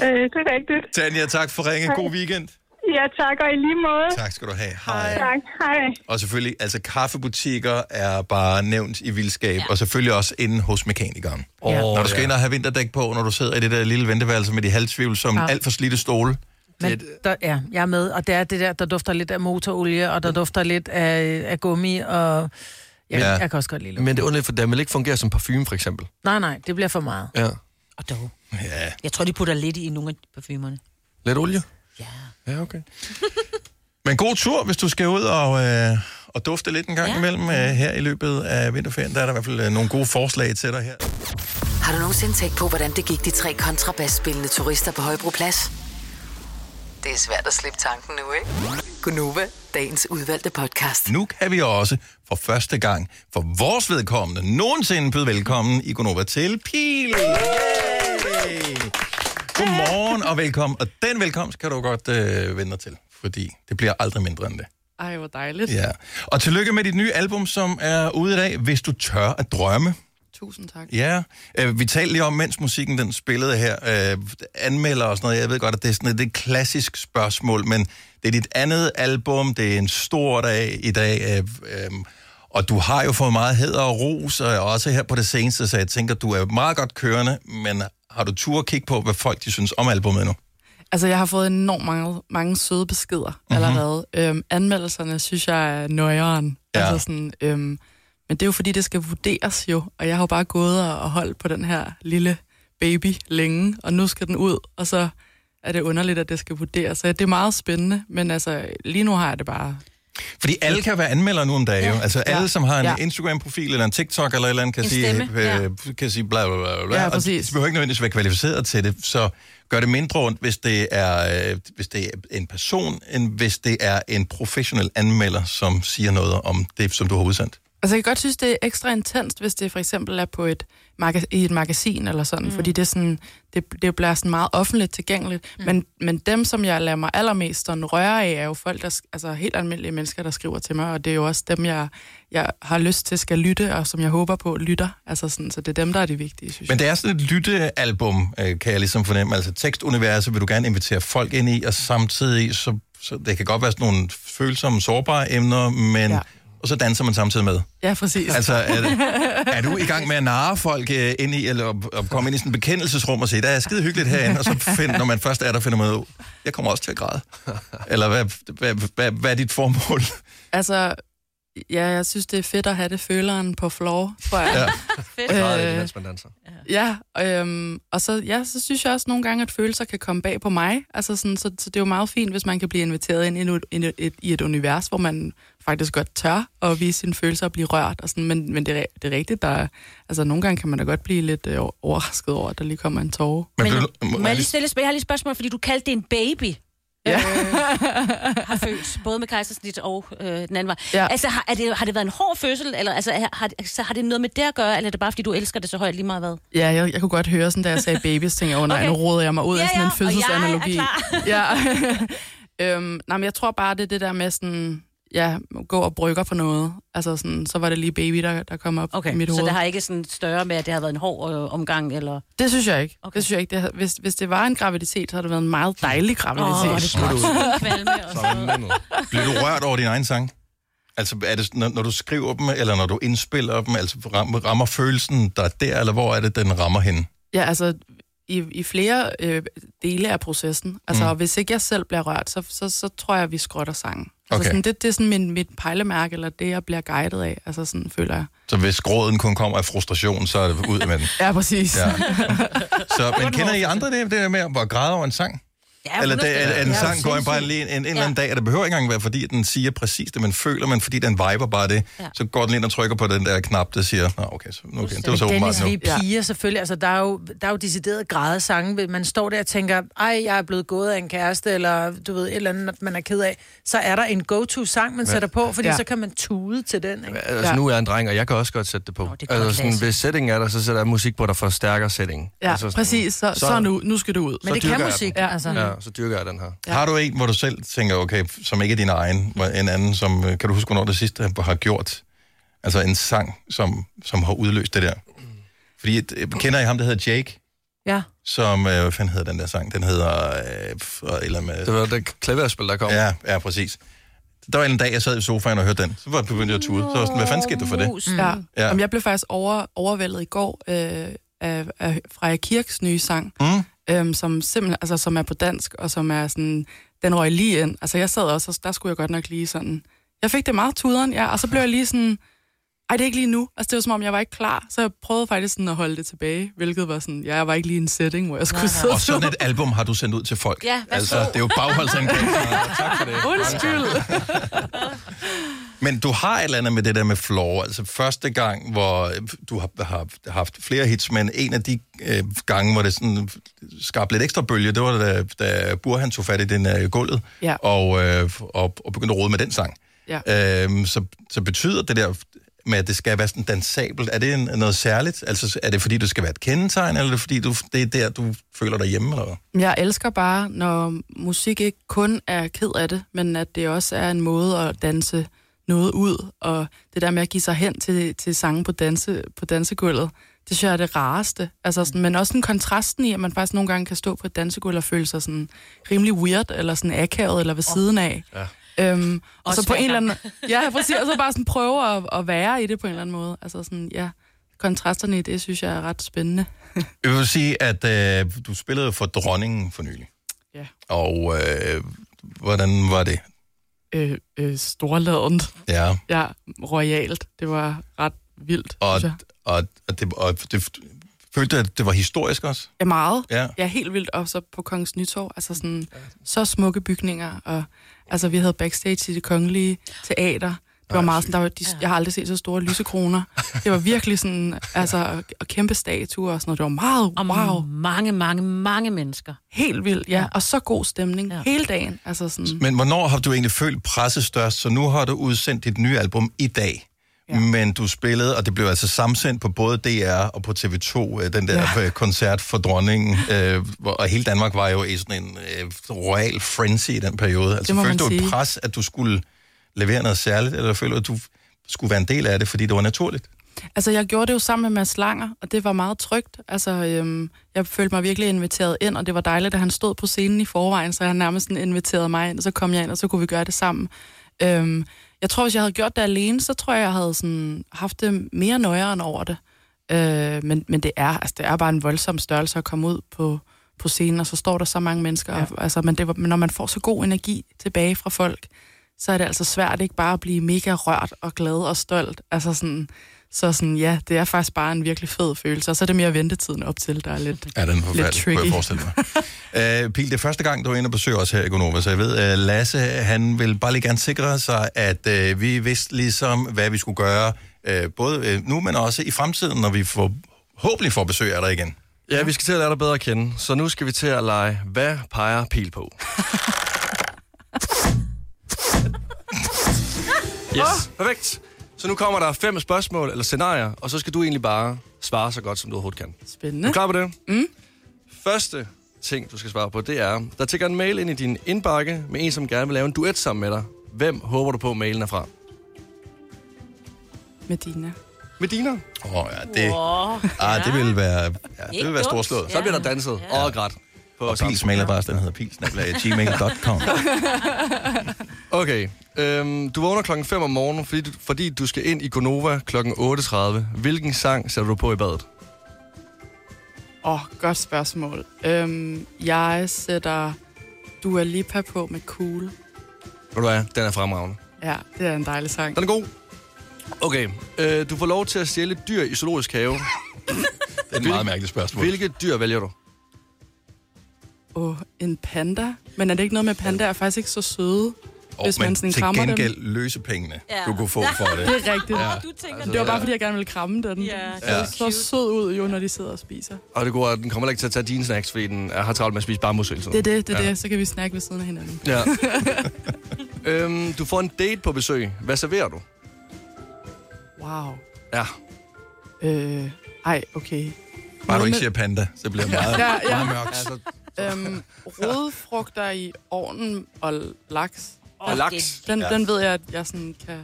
Speaker 8: øh, det er rigtigt.
Speaker 1: Tanja, tak for ringen. God
Speaker 8: Hej.
Speaker 1: weekend.
Speaker 8: Ja, tak, og i lige måde.
Speaker 1: Tak skal du have.
Speaker 8: Hej.
Speaker 1: Hej.
Speaker 8: Tak, hej.
Speaker 1: Og selvfølgelig, altså kaffebutikker er bare nævnt i vildskab, ja. og selvfølgelig også inde hos mekanikeren.
Speaker 5: Åh,
Speaker 1: Ja. Når du skal
Speaker 5: ja.
Speaker 1: ind og have vinterdæk på, når du sidder i det der lille venteværelse med de halvtvivlsomme,
Speaker 3: Ja.
Speaker 1: ja. alt for slidte stole.
Speaker 3: Men der, ja, jeg er med, og det er det der, der dufter lidt af motorolie, og der dufter lidt af, af gummi, og jeg, ja. jeg kan også godt lide
Speaker 5: Men det er underligt, for den vil ikke fungere som parfume, for eksempel.
Speaker 3: Nej, nej, det bliver for meget.
Speaker 5: Ja.
Speaker 4: Og dog.
Speaker 1: Ja.
Speaker 4: Jeg tror, de putter lidt i nogle af parfumerne.
Speaker 5: Lidt olie? Ja. Ja, okay.
Speaker 1: Men god tur, hvis du skal ud og, øh, og dufte lidt en gang ja. imellem øh, her i løbet af vinterferien. Der er der i hvert fald øh, nogle gode forslag til dig her.
Speaker 6: Har du nogensinde tænkt på, hvordan det gik de tre kontrabasspillende turister på Højbroplads? Det er svært at slippe tanken nu, ikke? Gunova, dagens udvalgte podcast.
Speaker 1: Nu kan vi også for første gang for vores vedkommende nogensinde byde velkommen i Gonova til Pil. Yay! Godmorgen og velkommen. Og den velkomst kan du godt øh, vende dig til, fordi det bliver aldrig mindre end det.
Speaker 22: Ej, hvor dejligt.
Speaker 1: Ja. Og tillykke med dit nye album, som er ude i dag, Hvis du tør at drømme.
Speaker 22: Tusind tak.
Speaker 1: Ja, øh, vi talte lige om, mens musikken den spillede her, øh, anmelder og sådan noget. Jeg ved godt, at det er sådan et, det er et klassisk spørgsmål, men det er dit andet album, det er en stor dag i dag, øh, øh, og du har jo fået meget hæder og ros, og også her på det seneste, så jeg tænker, du er meget godt kørende, men har du tur at kigge på, hvad folk de synes om albumet nu?
Speaker 22: Altså, jeg har fået enormt mange, mange søde beskeder
Speaker 1: Mhm.
Speaker 22: mm-hmm. allerede. Øhm, anmeldelserne synes jeg er nøjeren.
Speaker 1: Ja.
Speaker 22: Altså sådan, øhm, men det er jo fordi, det skal vurderes jo, og jeg har jo bare gået og og holdt på den her lille baby længe, og nu skal den ud, og så er det underligt, at det skal vurderes. Så det er meget spændende, men altså, lige nu har jeg det bare
Speaker 1: Fordi alle kan være anmelder nu om dagen, ja. altså alle,
Speaker 22: Ja.
Speaker 1: som har en
Speaker 22: Ja.
Speaker 1: Instagram-profil eller en TikTok eller et eller andet, kan
Speaker 22: En
Speaker 1: sige,
Speaker 22: stemme,
Speaker 1: øh, kan sige bla bla bla, bla.
Speaker 22: Ja,
Speaker 1: og
Speaker 22: præcis.
Speaker 1: de behøver ikke nødvendigvis være kvalificeret til det, så gør det mindre ondt, hvis det er, øh, hvis det er en person, end hvis det er en professionel anmelder, som siger noget om det, som du har udsendt.
Speaker 22: Altså, jeg kan godt synes, det er ekstra intenst, hvis det for eksempel er på et, maga- i et magasin eller sådan, mm. fordi det, er sådan, det, det bliver sådan meget offentligt tilgængeligt. Mm. Men, men dem, som jeg lader mig allermest sådan røre af, er jo folk, der, sk- altså helt almindelige mennesker, der skriver til mig, og det er jo også dem, jeg, jeg har lyst til skal lytte, og som jeg håber på lytter. Altså sådan, så det er dem, der er de vigtige, synes
Speaker 1: Men det er sådan et lyttealbum, øh, kan jeg ligesom fornemme. Altså tekstuniverset vil du gerne invitere folk ind i, og samtidig, så, så det kan godt være sådan nogle følsomme, sårbare emner, men... Ja. Og så danser man samtidig med.
Speaker 22: jeg. Ja, præcis.
Speaker 1: Altså, er, det- er du i gang med at narre folk øh, ind i, eller op- op- komme ind i sådan et bekendelsesrum og sige, der er skide hyggeligt herinde, og så find, når man først er der, finder man ud, jeg kommer også til at græde. Eller hvad, hvad, hvad, hvad er dit formål?
Speaker 22: Altså, ja, jeg synes, det er fedt at have det føleren på floor, tror
Speaker 1: Ja.
Speaker 22: jeg.
Speaker 5: Græder ikke, mens man danser.
Speaker 22: Øh, Ja, øhm, og så, ja, så synes jeg også nogle gange, at følelser kan komme bag på mig. Altså sådan, så, så det er jo meget fint, hvis man kan blive inviteret ind i et, ind i et, i et univers, hvor man faktisk godt tør at vise sine følelser og blive rørt. Og sådan. Men, men det, er, det er rigtigt, der er, altså nogle gange kan man da godt blive lidt øh, overrasket over, at der lige kommer en tårer.
Speaker 1: Men,
Speaker 4: Må jeg lige stille et spørg- jeg har lige et spørgsmål, fordi du kaldte det en baby. Ja. Øh, har født, både med kejsersnit og øh, den anden vej. Ja. Altså, har, er det, har det været en hård fødsel, eller altså, har, har, så har det noget med det at gøre, eller er det bare, fordi du elsker det så højt lige meget hvad?
Speaker 22: Ja, jeg, jeg kunne godt høre, sådan, da jeg sagde babies, tænkte jeg, åh nej, okay. nu roder jeg mig ud ja, af sådan en fødselsanalogi. Ja, øhm, nej, men jeg tror bare, det er det der med sådan, ja, gå og brygger for noget. Altså sådan, så var det lige baby, der, der kom op okay, i mit
Speaker 4: så
Speaker 22: hoved.
Speaker 4: det har ikke sådan større med, at det har været en hård øh, omgang, eller...
Speaker 22: Det synes jeg ikke. Okay. Det synes jeg ikke. Det, har- hvis, hvis det var en graviditet, så havde det været en meget dejlig graviditet.
Speaker 1: Åh, det er godt.
Speaker 4: Kvalme
Speaker 1: Bliver du rørt over din egen sang? Altså, er det, når, når du skriver dem, eller når du indspiller dem, altså rammer, rammer følelsen der er der, eller hvor er det, den rammer hende?
Speaker 22: Ja, altså i, i flere øh, dele af processen. Altså, mm. og hvis ikke jeg selv bliver rørt, så, så, så tror jeg, vi skrotter sangen. Altså,
Speaker 1: Okay.
Speaker 22: sådan, det, det er sådan min, mit pejlemærke, eller det, jeg bliver guidet af. Altså, sådan føler jeg.
Speaker 1: Så hvis gråden kun kommer af frustration, så er det ud med den.
Speaker 22: Ja, præcis.
Speaker 1: Ja. Så, men kender I andre det, det der med at græde over en sang?
Speaker 4: Ja,
Speaker 1: eller det,
Speaker 4: 100%.
Speaker 1: at, at en
Speaker 4: Ja,
Speaker 1: sang går ind bare
Speaker 4: sindssygt.
Speaker 1: lige en, en, en eller anden dag, og det behøver ikke engang være, fordi den siger præcis det, man føler, men fordi den viber bare det,
Speaker 3: Ja.
Speaker 1: ja. så går den ind og trykker på den der knap, der siger, Nå, okay, så, okay, det var så åbenbart
Speaker 3: Dennis,
Speaker 1: nu.
Speaker 3: vi er piger selvfølgelig. Altså, der er jo, der er jo decideret græde sange. Man står der og tænker, ej, jeg er blevet gået af en kæreste, eller du ved, et eller andet, man er ked af. Så er der en go-to-sang, man
Speaker 5: Ja.
Speaker 3: ja. sætter på, fordi
Speaker 5: Ja.
Speaker 3: ja. så kan man tude til den. Ikke?
Speaker 5: Altså, nu er jeg en dreng, og jeg kan også godt sætte det på. Oh, det
Speaker 22: godt
Speaker 5: altså, sådan,
Speaker 22: klasse.
Speaker 5: hvis sætningen er der, så sætter jeg musik på, der forstærker sætningen.
Speaker 22: Ja,
Speaker 5: altså, sådan-
Speaker 22: præcis. Så, så, så nu, nu skal du ud.
Speaker 5: så dyrker jeg den.
Speaker 22: Ja, altså.
Speaker 5: Ja, så dyrker jeg den her.
Speaker 1: Ja. Har du en, hvor du selv tænker, okay, som ikke er din egen, men en anden, som, øh, kan du huske, hvornår det sidste har gjort, altså en sang, som, som har udløst det der? Fordi, øh, kender I ham, der hedder Jake,
Speaker 3: Ja.
Speaker 1: som, øh, hvad fanden hedder den der sang? Den hedder, øh, f- og- eller med...
Speaker 5: Det var det klaverspil, der kom.
Speaker 1: Ja, ja, præcis. Der var en dag, jeg sad i sofaen og hørte den, så var jeg begyndt at tude. Så var jeg sådan, hvad fanden skete der for det?
Speaker 22: Ja.
Speaker 1: Ja.
Speaker 22: Ja. Jamen, jeg blev faktisk over, overvældet i går øh, af, af Freja Kirks nye sang,
Speaker 1: Mm.
Speaker 22: øhm, som simpelthen, altså, som er på dansk, og som er sådan, den røg lige ind. Altså, jeg sad også, og der skulle jeg godt nok lige sådan, jeg fik det meget tuderen, ja, og så blev jeg lige sådan, ej, det er ikke lige nu. Altså, det var som om, jeg var ikke klar, så jeg prøvede faktisk sådan at holde det tilbage, hvilket var sådan, ja, jeg var ikke lige i en setting, hvor jeg skulle sidde
Speaker 1: Og sådan et album har du sendt ud til folk.
Speaker 22: Ja, værsgo.
Speaker 1: altså, det er jo bagholdsangreb. tak for det.
Speaker 22: Undskyld.
Speaker 1: Men du har et eller andet med det der med floor. Altså første gang, hvor øh, du har, har haft flere hits, men en af de øh, gange, hvor det sådan skabte lidt ekstra bølge, det var da, da Burhan tog fat i den øh, gulvet
Speaker 22: Ja.
Speaker 1: og, øh, og, og begyndte at rode med den sang.
Speaker 22: Ja.
Speaker 1: Øhm, så, så betyder det der med, at det skal være sådan dansabelt, er det en, noget særligt? Altså er det fordi, du skal være et kendetegn, eller er det fordi, du, det er der, du føler dig hjemme? Eller? hvad?
Speaker 22: Jeg elsker bare, når musik ikke kun er ked af det, men at det også er en måde at danse noget ud, og det der med at give sig hen til, til sange på, danse, på dansegulvet, det synes jeg er det rareste. Altså sådan, men også den kontrasten i, at man faktisk nogle gange kan stå på et dansegulv og føle sig sådan rimelig weird, eller sådan akavet, eller ved siden af.
Speaker 5: Ja.
Speaker 22: Øhm, og
Speaker 5: Også
Speaker 22: så på en
Speaker 5: hver
Speaker 22: eller
Speaker 5: gang.
Speaker 22: anden... Ja, præcis. Og så bare sådan prøve at, at være i det på en eller anden måde. Altså sådan, ja, kontrasterne i det, synes jeg er ret spændende.
Speaker 1: Jeg vil sige, at øh, du spillede for dronningen for nylig.
Speaker 22: Ja.
Speaker 1: Og øh, hvordan var det?
Speaker 22: øh, øh, storladent.
Speaker 1: Ja.
Speaker 22: Ja, royalt. Det var ret vildt,
Speaker 1: Og,
Speaker 22: synes jeg.
Speaker 1: og, og, det, og det, følte du, at det var historisk også?
Speaker 22: Ja, meget.
Speaker 1: Ja.
Speaker 22: ja, helt vildt. Og så på Kongens Nytorv, altså sådan, så smukke bygninger. Og, altså, vi havde backstage i det kongelige teater. Det var meget sådan, der var, de, jeg har aldrig set så store lysekroner. Det var virkelig sådan, altså, og, og kæmpe statuer og sådan noget. Det var meget,
Speaker 4: Og
Speaker 22: wow.
Speaker 4: mange, mange, mange mennesker.
Speaker 22: Helt vildt, ja. Og så god stemning ja. hele dagen. Altså sådan,
Speaker 1: Men hvornår har du egentlig følt presset størst? Så nu har du udsendt dit nye album i dag. Ja. Men du spillede, og det blev altså samsendt på både DR og på TV2, øh, den der ja. koncert for dronningen, øh, hvor- og hele Danmark var jo i sådan en øh, royal frenzy i den periode. Altså
Speaker 22: må
Speaker 1: følte
Speaker 22: man
Speaker 1: du et
Speaker 22: sige.
Speaker 1: pres, at du skulle levere noget særligt, eller følte du, at du skulle være en del af det, fordi det var naturligt?
Speaker 22: Altså, jeg gjorde det jo sammen med Mads Langer, og det var meget trygt. Altså, øhm, jeg følte mig virkelig inviteret ind, og det var dejligt, at han stod på scenen i forvejen, så han nærmest sådan inviterede mig ind, og så kom jeg ind, og så kunne vi gøre det sammen. Øhm, jeg tror, hvis jeg havde gjort det alene, så tror jeg, jeg havde sådan, haft det mere nøjeren over det. Øh, men, men det er, altså, det er bare en voldsom størrelse at komme ud på, på scenen, og så står der så mange mennesker. Ja. Og, altså, men, det, var- men når man får så god energi tilbage fra folk, så er det altså svært ikke bare at blive mega rørt og glad og stolt. Altså sådan, så sådan, ja, det er faktisk bare en virkelig fed følelse. Og så er det mere ventetiden op til, der er lidt,
Speaker 1: Ja, den er
Speaker 22: lidt
Speaker 1: forfærdelig, kunne jeg
Speaker 22: tricky.
Speaker 1: forestille mig. øh, Pil, det er første gang, du er inde og besøger os her i Gonova, så jeg ved, at Lasse, han vil bare lige gerne sikre sig, at øh, vi vidste ligesom, hvad vi skulle gøre, øh, både øh, nu, men også i fremtiden, når vi forhåbentlig får besøg af dig igen.
Speaker 5: Ja, vi skal til at lære dig bedre at kende, så nu skal vi til at lege, hvad peger pil på? yes, perfekt. Så nu kommer der fem spørgsmål eller scenarier, og så skal du egentlig bare svare så godt, som du overhovedet kan.
Speaker 22: Spændende.
Speaker 5: Er du klar på det?
Speaker 22: Mm.
Speaker 5: Første ting, du skal svare på, det er, der tækker en mail ind i din indbakke med en, som gerne vil lave en duet sammen med dig. Hvem håber du på, mailen er fra?
Speaker 22: Medina.
Speaker 5: Medina?
Speaker 1: Åh, oh, ja, det...
Speaker 22: Wow.
Speaker 1: Ah, det ville være, ja, det
Speaker 22: Ikke
Speaker 1: ville være
Speaker 22: dumt.
Speaker 1: storslået.
Speaker 22: Så bliver
Speaker 5: der danset
Speaker 1: ja.
Speaker 5: og grædt.
Speaker 1: Og Pils mailadresse, den hedder pilsnabla.gmail.com.
Speaker 5: Okay. Øhm, du vågner klokken 5 om morgenen, fordi du, fordi du skal ind i Gonova klokken 8.30. Hvilken sang sætter du på i badet?
Speaker 22: Åh, oh, godt spørgsmål. Øhm, jeg sætter Dua Lipa på med Cool.
Speaker 5: Ved du hvad? Den er fremragende.
Speaker 22: Ja, det er en dejlig sang.
Speaker 5: Den er god. Okay. Øh, du får lov til at stjæle et dyr i zoologisk have. det
Speaker 1: er et meget mærkeligt spørgsmål.
Speaker 5: Hvilket dyr vælger du?
Speaker 22: Åh, en panda. Men er det ikke noget med, at pandaer er faktisk ikke så søde, oh,
Speaker 1: Og
Speaker 22: hvis man sådan
Speaker 1: til
Speaker 22: krammer
Speaker 1: gengæld
Speaker 22: dem?
Speaker 1: løse pengene,
Speaker 22: Ja.
Speaker 1: du kunne få for det.
Speaker 22: Det er rigtigt. Ja. Du
Speaker 4: tænker
Speaker 22: Det var bare, fordi jeg gerne ville kramme den.
Speaker 4: Ja,
Speaker 22: Yeah,
Speaker 5: det er
Speaker 22: ja. Så sød ud jo, når de sidder og spiser.
Speaker 5: Og det gode er, at den kommer heller ikke til at tage dine snacks, fordi den er, har travlt med at spise bambus hele tiden.
Speaker 22: Det er det, det er
Speaker 5: ja.
Speaker 22: ja. det. Så kan vi snakke ved siden af hinanden.
Speaker 5: Ja. øhm, du får en date på besøg. Hvad serverer du?
Speaker 22: Wow.
Speaker 5: Ja.
Speaker 22: Øh, ej, okay.
Speaker 1: Bare du
Speaker 22: Noget
Speaker 1: ikke
Speaker 22: med-
Speaker 1: siger panda, så bliver det meget,
Speaker 22: Ja, ja.
Speaker 1: meget mørkt.
Speaker 22: Altså, øhm, røde frugter i ovnen og laks.
Speaker 5: Og
Speaker 22: Den-
Speaker 5: laks.
Speaker 22: Den,
Speaker 5: Ja.
Speaker 22: den ved jeg, at jeg sådan kan, kan,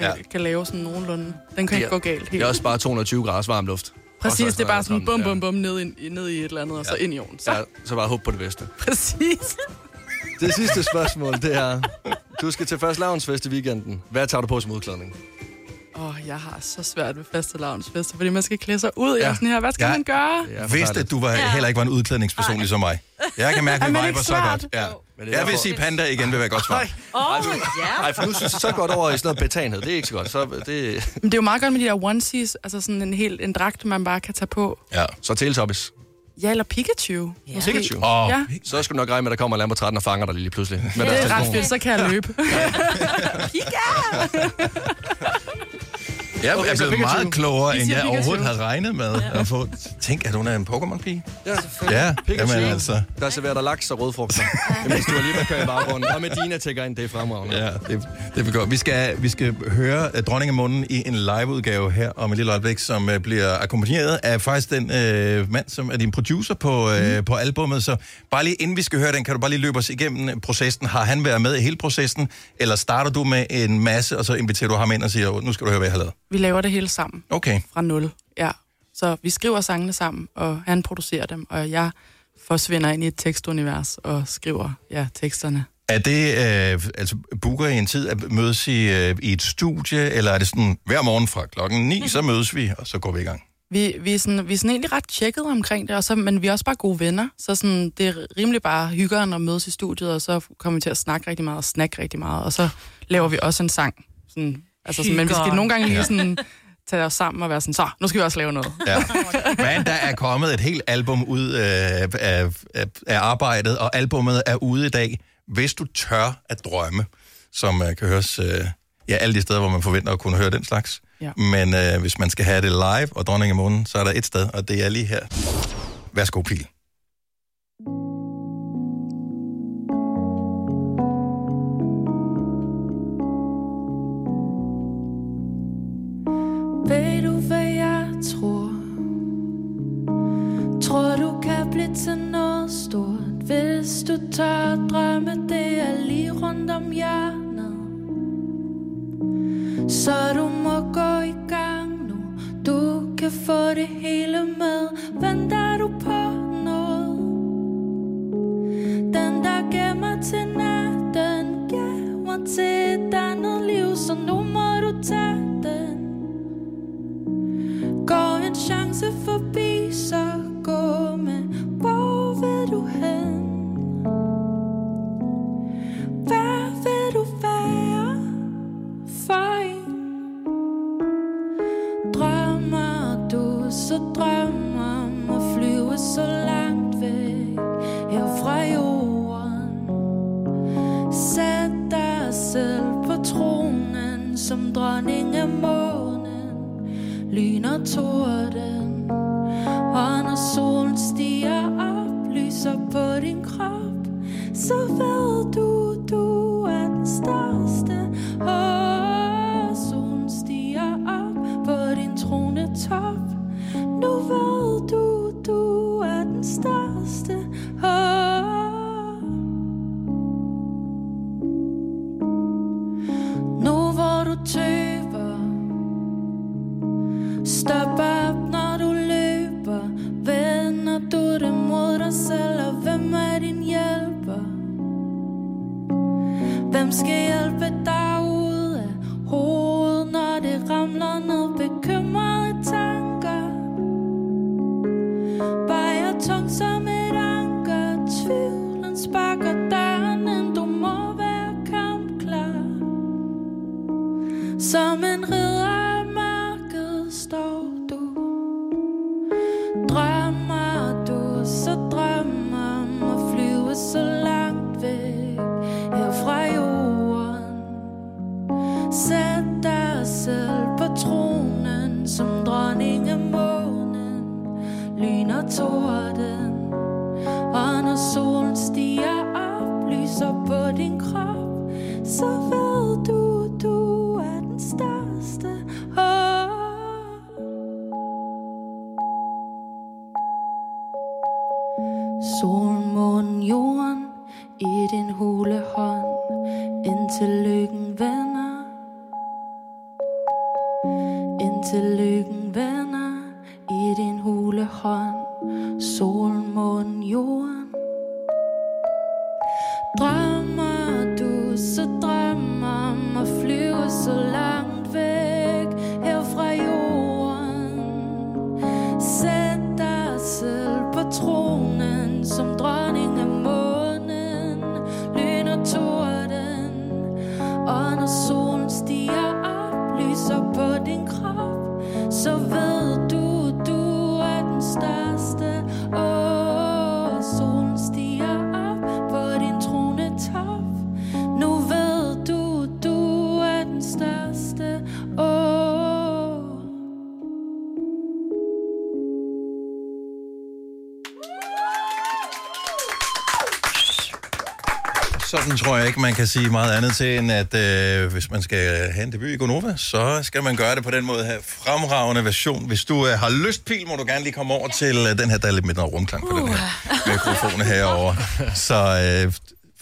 Speaker 5: Ja.
Speaker 22: ja. kan lave sådan nogenlunde. Den kan
Speaker 5: Det
Speaker 22: ikke
Speaker 5: er-
Speaker 22: gå galt
Speaker 5: Det
Speaker 22: helt.
Speaker 5: er også bare 220 grader varm luft.
Speaker 22: Præcis,
Speaker 5: Også-
Speaker 22: det er bare sådan
Speaker 5: Ja.
Speaker 22: bum, bum, bum, ned i, ned i et eller andet, og så ind i ovnen. Så.
Speaker 5: Ja, så bare håb på det bedste.
Speaker 22: Præcis.
Speaker 5: Det sidste spørgsmål, det er, du skal til fast lavnsfest i weekenden. Hvad tager du på som udklædning?
Speaker 22: Åh, oh, jeg har så svært ved fastelavnsfester, fordi man skal klæde sig ud. Jeg
Speaker 1: Ja.
Speaker 22: er sådan her, hvad skal
Speaker 1: Ja.
Speaker 22: ja. man gøre?
Speaker 1: Jeg vidste, at du var, heller ikke var en udklædningsperson ligesom mig. Jeg kan mærke, at
Speaker 22: Er
Speaker 1: vi
Speaker 22: man
Speaker 1: viber
Speaker 22: ikke
Speaker 1: så
Speaker 22: smart?
Speaker 1: godt. Ja.
Speaker 5: Men det er
Speaker 1: Jeg vil
Speaker 5: derfor-
Speaker 1: sige, panda igen vil være et godt svar.
Speaker 4: Åh,
Speaker 5: Nej, for nu synes jeg så godt over i sådan noget betanhed. Det er ikke så godt. Så det...
Speaker 22: Men det er jo meget godt med de der onesies, altså sådan en helt en dragt, man bare kan tage på.
Speaker 1: Ja.
Speaker 5: Så Teletubbies.
Speaker 22: Ja, eller Pikachu. Ja.
Speaker 5: Pikachu.
Speaker 1: Oh.
Speaker 22: Ja.
Speaker 5: Så skal du nok regne med, at der kommer en Lambo 13 og fanger dig lige pludselig.
Speaker 22: Ja,
Speaker 5: Med
Speaker 22: det
Speaker 5: deres
Speaker 22: er ret
Speaker 5: telefon.
Speaker 22: fedt, så kan jeg løbe.
Speaker 1: Jeg
Speaker 5: Okay,
Speaker 1: er
Speaker 5: så
Speaker 1: blevet
Speaker 5: Pikachu.
Speaker 1: meget klogere,
Speaker 5: Vi
Speaker 1: end
Speaker 5: siger
Speaker 1: jeg
Speaker 5: Pikachu.
Speaker 1: overhovedet havde regnet med. At få. Tænk, at hun er en Pokémon-pige. Ja,
Speaker 5: Pikachu.
Speaker 1: jamen altså.
Speaker 5: Der serverer der laks og rødfrugter. Mens du lige kører i baggrunden. Og Medina tækker ind, det er fremragende.
Speaker 1: Ja, det, det vil godt. Vi skal, vi skal høre uh, Dronning af Munden i en liveudgave her om et lille øjeblik, som uh, bliver akkompagneret af faktisk den uh, mand, som er din producer på, uh,
Speaker 5: Mhm.
Speaker 1: mm. på albummet. Så bare lige inden vi skal høre den, kan du bare lige løbe os igennem øh, processen. Har han været med i hele processen, eller starter du med en masse, og så inviterer du ham ind og siger, "Åh, nu skal du høre, hvad jeg har lavet?
Speaker 22: Vi laver det hele sammen.
Speaker 1: Okay.
Speaker 22: Fra nul, ja. Så vi skriver sangene sammen, og han producerer dem, og jeg forsvinder ind i et tekstunivers og skriver ja, teksterne.
Speaker 1: Er det, øh, altså booker I en tid at mødes i, øh, i et studie, eller er det sådan, hver morgen fra klokken 9, så mødes vi, og så går vi i gang?
Speaker 22: Vi, vi, er sådan, vi er sådan egentlig ret tjekket omkring det, og så, men vi er også bare gode venner. Så sådan, det er rimelig bare hyggeren at mødes i studiet, og så kommer vi til at snakke rigtig meget og snakke rigtig meget, og så laver vi også en sang. Sådan, altså sådan, men vi skal
Speaker 1: Hyggeren.
Speaker 22: nogle gange
Speaker 1: Ja.
Speaker 22: lige sådan, tage os sammen og være sådan, så nu skal vi også lave noget.
Speaker 1: Ja. Men der er kommet et helt album ud øh, af, af, af arbejdet, og albummet er ude i dag, Hvis du tør at drømme, som øh, kan høres øh, ja, alle de steder, hvor man forventer at kunne høre den slags.
Speaker 22: Ja.
Speaker 1: Men øh, hvis man skal have det live og dronning i månen, så er der et sted, og det er lige her. Værsgo, Pil.
Speaker 7: Tror du kan blive til noget stort Hvis du tør drømme Det er lige rundt om hjørnet Så du må gå i gang nu Du kan få det hele med Venter du på noget Den der gemmer til natten Gemmer til et andet liv Så nu må du tage den Går en chance forbi, så gå med Hvor vil du hen? Hvad vil du være for en? Drømmer du, så drøm om at flyve så langt væk her fra jorden Sæt dig selv på tronen som dronning af månen lyn og torden Og når solen stiger op, lyser på din krop Så ved du, du er den største Og solen stiger op på din tronetop Nu ved du, du er den største Og nu hvor du tøver Stop op, når du løber Vender du det mod dig selv Og hvem er din hjælper? Hvem skal hjælpe dig ud af hovedet Når det ramler ned bekymrede tanker Vejer tungt som et anker Tvivlen sparker døren ind Du må være kampklar Som en ridder af mørket står du Drømmer du, så drøm om at flyve så langt væk Her fra jorden Sæt dig selv på tronen Som dronning af månen Lyn og torden Og når solen stiger op Lyser på din krop Så ved du, du er den største oh. Solen, månen, jorden i din hule hånd, indtil lykken vender. Indtil lykken vender i din hule hånd, solen, månen, jorden. Drømmer du, så drøm om at flyve så langt væk her fra jorden. Sæt dig selv på tronen som dronning af månen, lyn og torden. Og når solen stiger op, lyser på din krop, så ved du, du er den største. Åh, solen stiger op på din tronetop. Nu ved du, du er den største. Åh.
Speaker 1: Sådan tror jeg ikke, man kan sige meget andet til, end at øh, hvis man skal have en debut i Gonova, så skal man gøre det på den måde her. Fremragende version. Hvis du øh, har lyst, Pil, må du gerne lige komme over til øh, den her, der er lidt mindre rumklang på uh. den her mikrofon herovre. Så øh,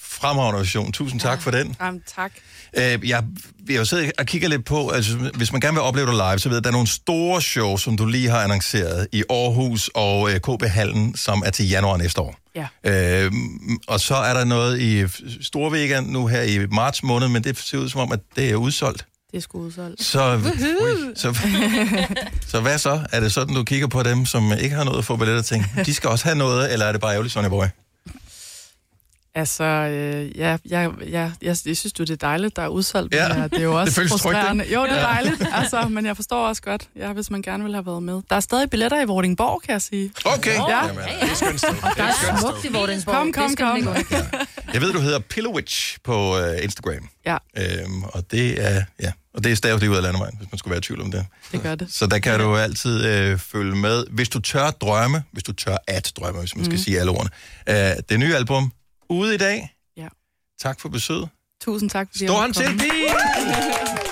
Speaker 1: fremragende version. Tusind tak for den.
Speaker 22: Jamen, tak.
Speaker 1: Øh, jeg, jeg sidder og kigger lidt på, altså, hvis man gerne vil opleve dig live, så ved jeg, at der er nogle store shows, som du lige har annonceret i Aarhus og øh, KB Hallen, som er til januar næste år.
Speaker 22: Ja.
Speaker 1: Øh, og så er der noget i f- Storvega nu her i marts måned, men det ser ud som om, at det er udsolgt.
Speaker 22: Det er sgu udsolgt.
Speaker 1: Så-
Speaker 22: Woohoo!
Speaker 1: så- Så hvad så? Er det sådan, du kigger på dem, som ikke har noget at få billetter til? De skal også have noget, eller er det bare ærgerligt, Sonja Boy?
Speaker 22: Altså, øh, ja, ja, ja, jeg, jeg synes du, det er dejligt, der er udsolgt, men
Speaker 1: Ja,
Speaker 22: ja, det er jo
Speaker 1: det
Speaker 22: også
Speaker 1: føles trygt,
Speaker 22: frustrerende.
Speaker 1: ikke?
Speaker 22: jo, det er
Speaker 1: Ja.
Speaker 22: dejligt, altså, men jeg forstår også godt, ja, hvis man gerne vil have været med. Der er stadig billetter i Vordingborg, kan jeg sige.
Speaker 1: Okay.
Speaker 22: Ja.
Speaker 1: Jamen, det er et skønt sted. Det er et
Speaker 22: Der er
Speaker 1: skønt sted.
Speaker 22: smukt i Vordingborg. Kom, kom, kom.
Speaker 1: Jeg ved, du hedder Pillowitch på øh, Instagram.
Speaker 22: Ja.
Speaker 1: Øhm, og det er, ja, og det er stavet lige ud af landevejen, hvis man skulle være i tvivl om det.
Speaker 22: Det gør det.
Speaker 1: Så der kan du altid øh, følge med. Hvis du tør drømme, hvis du tør at drømme, hvis man skal
Speaker 22: Mm.
Speaker 1: sige alle ordene. Øh, det nye album ude i dag.
Speaker 22: Ja.
Speaker 1: Tak for besøget.
Speaker 22: Tusind tak, fordi
Speaker 1: Stor
Speaker 22: jeg
Speaker 1: hånd
Speaker 22: måtte
Speaker 1: til,
Speaker 22: komme.
Speaker 1: Pil!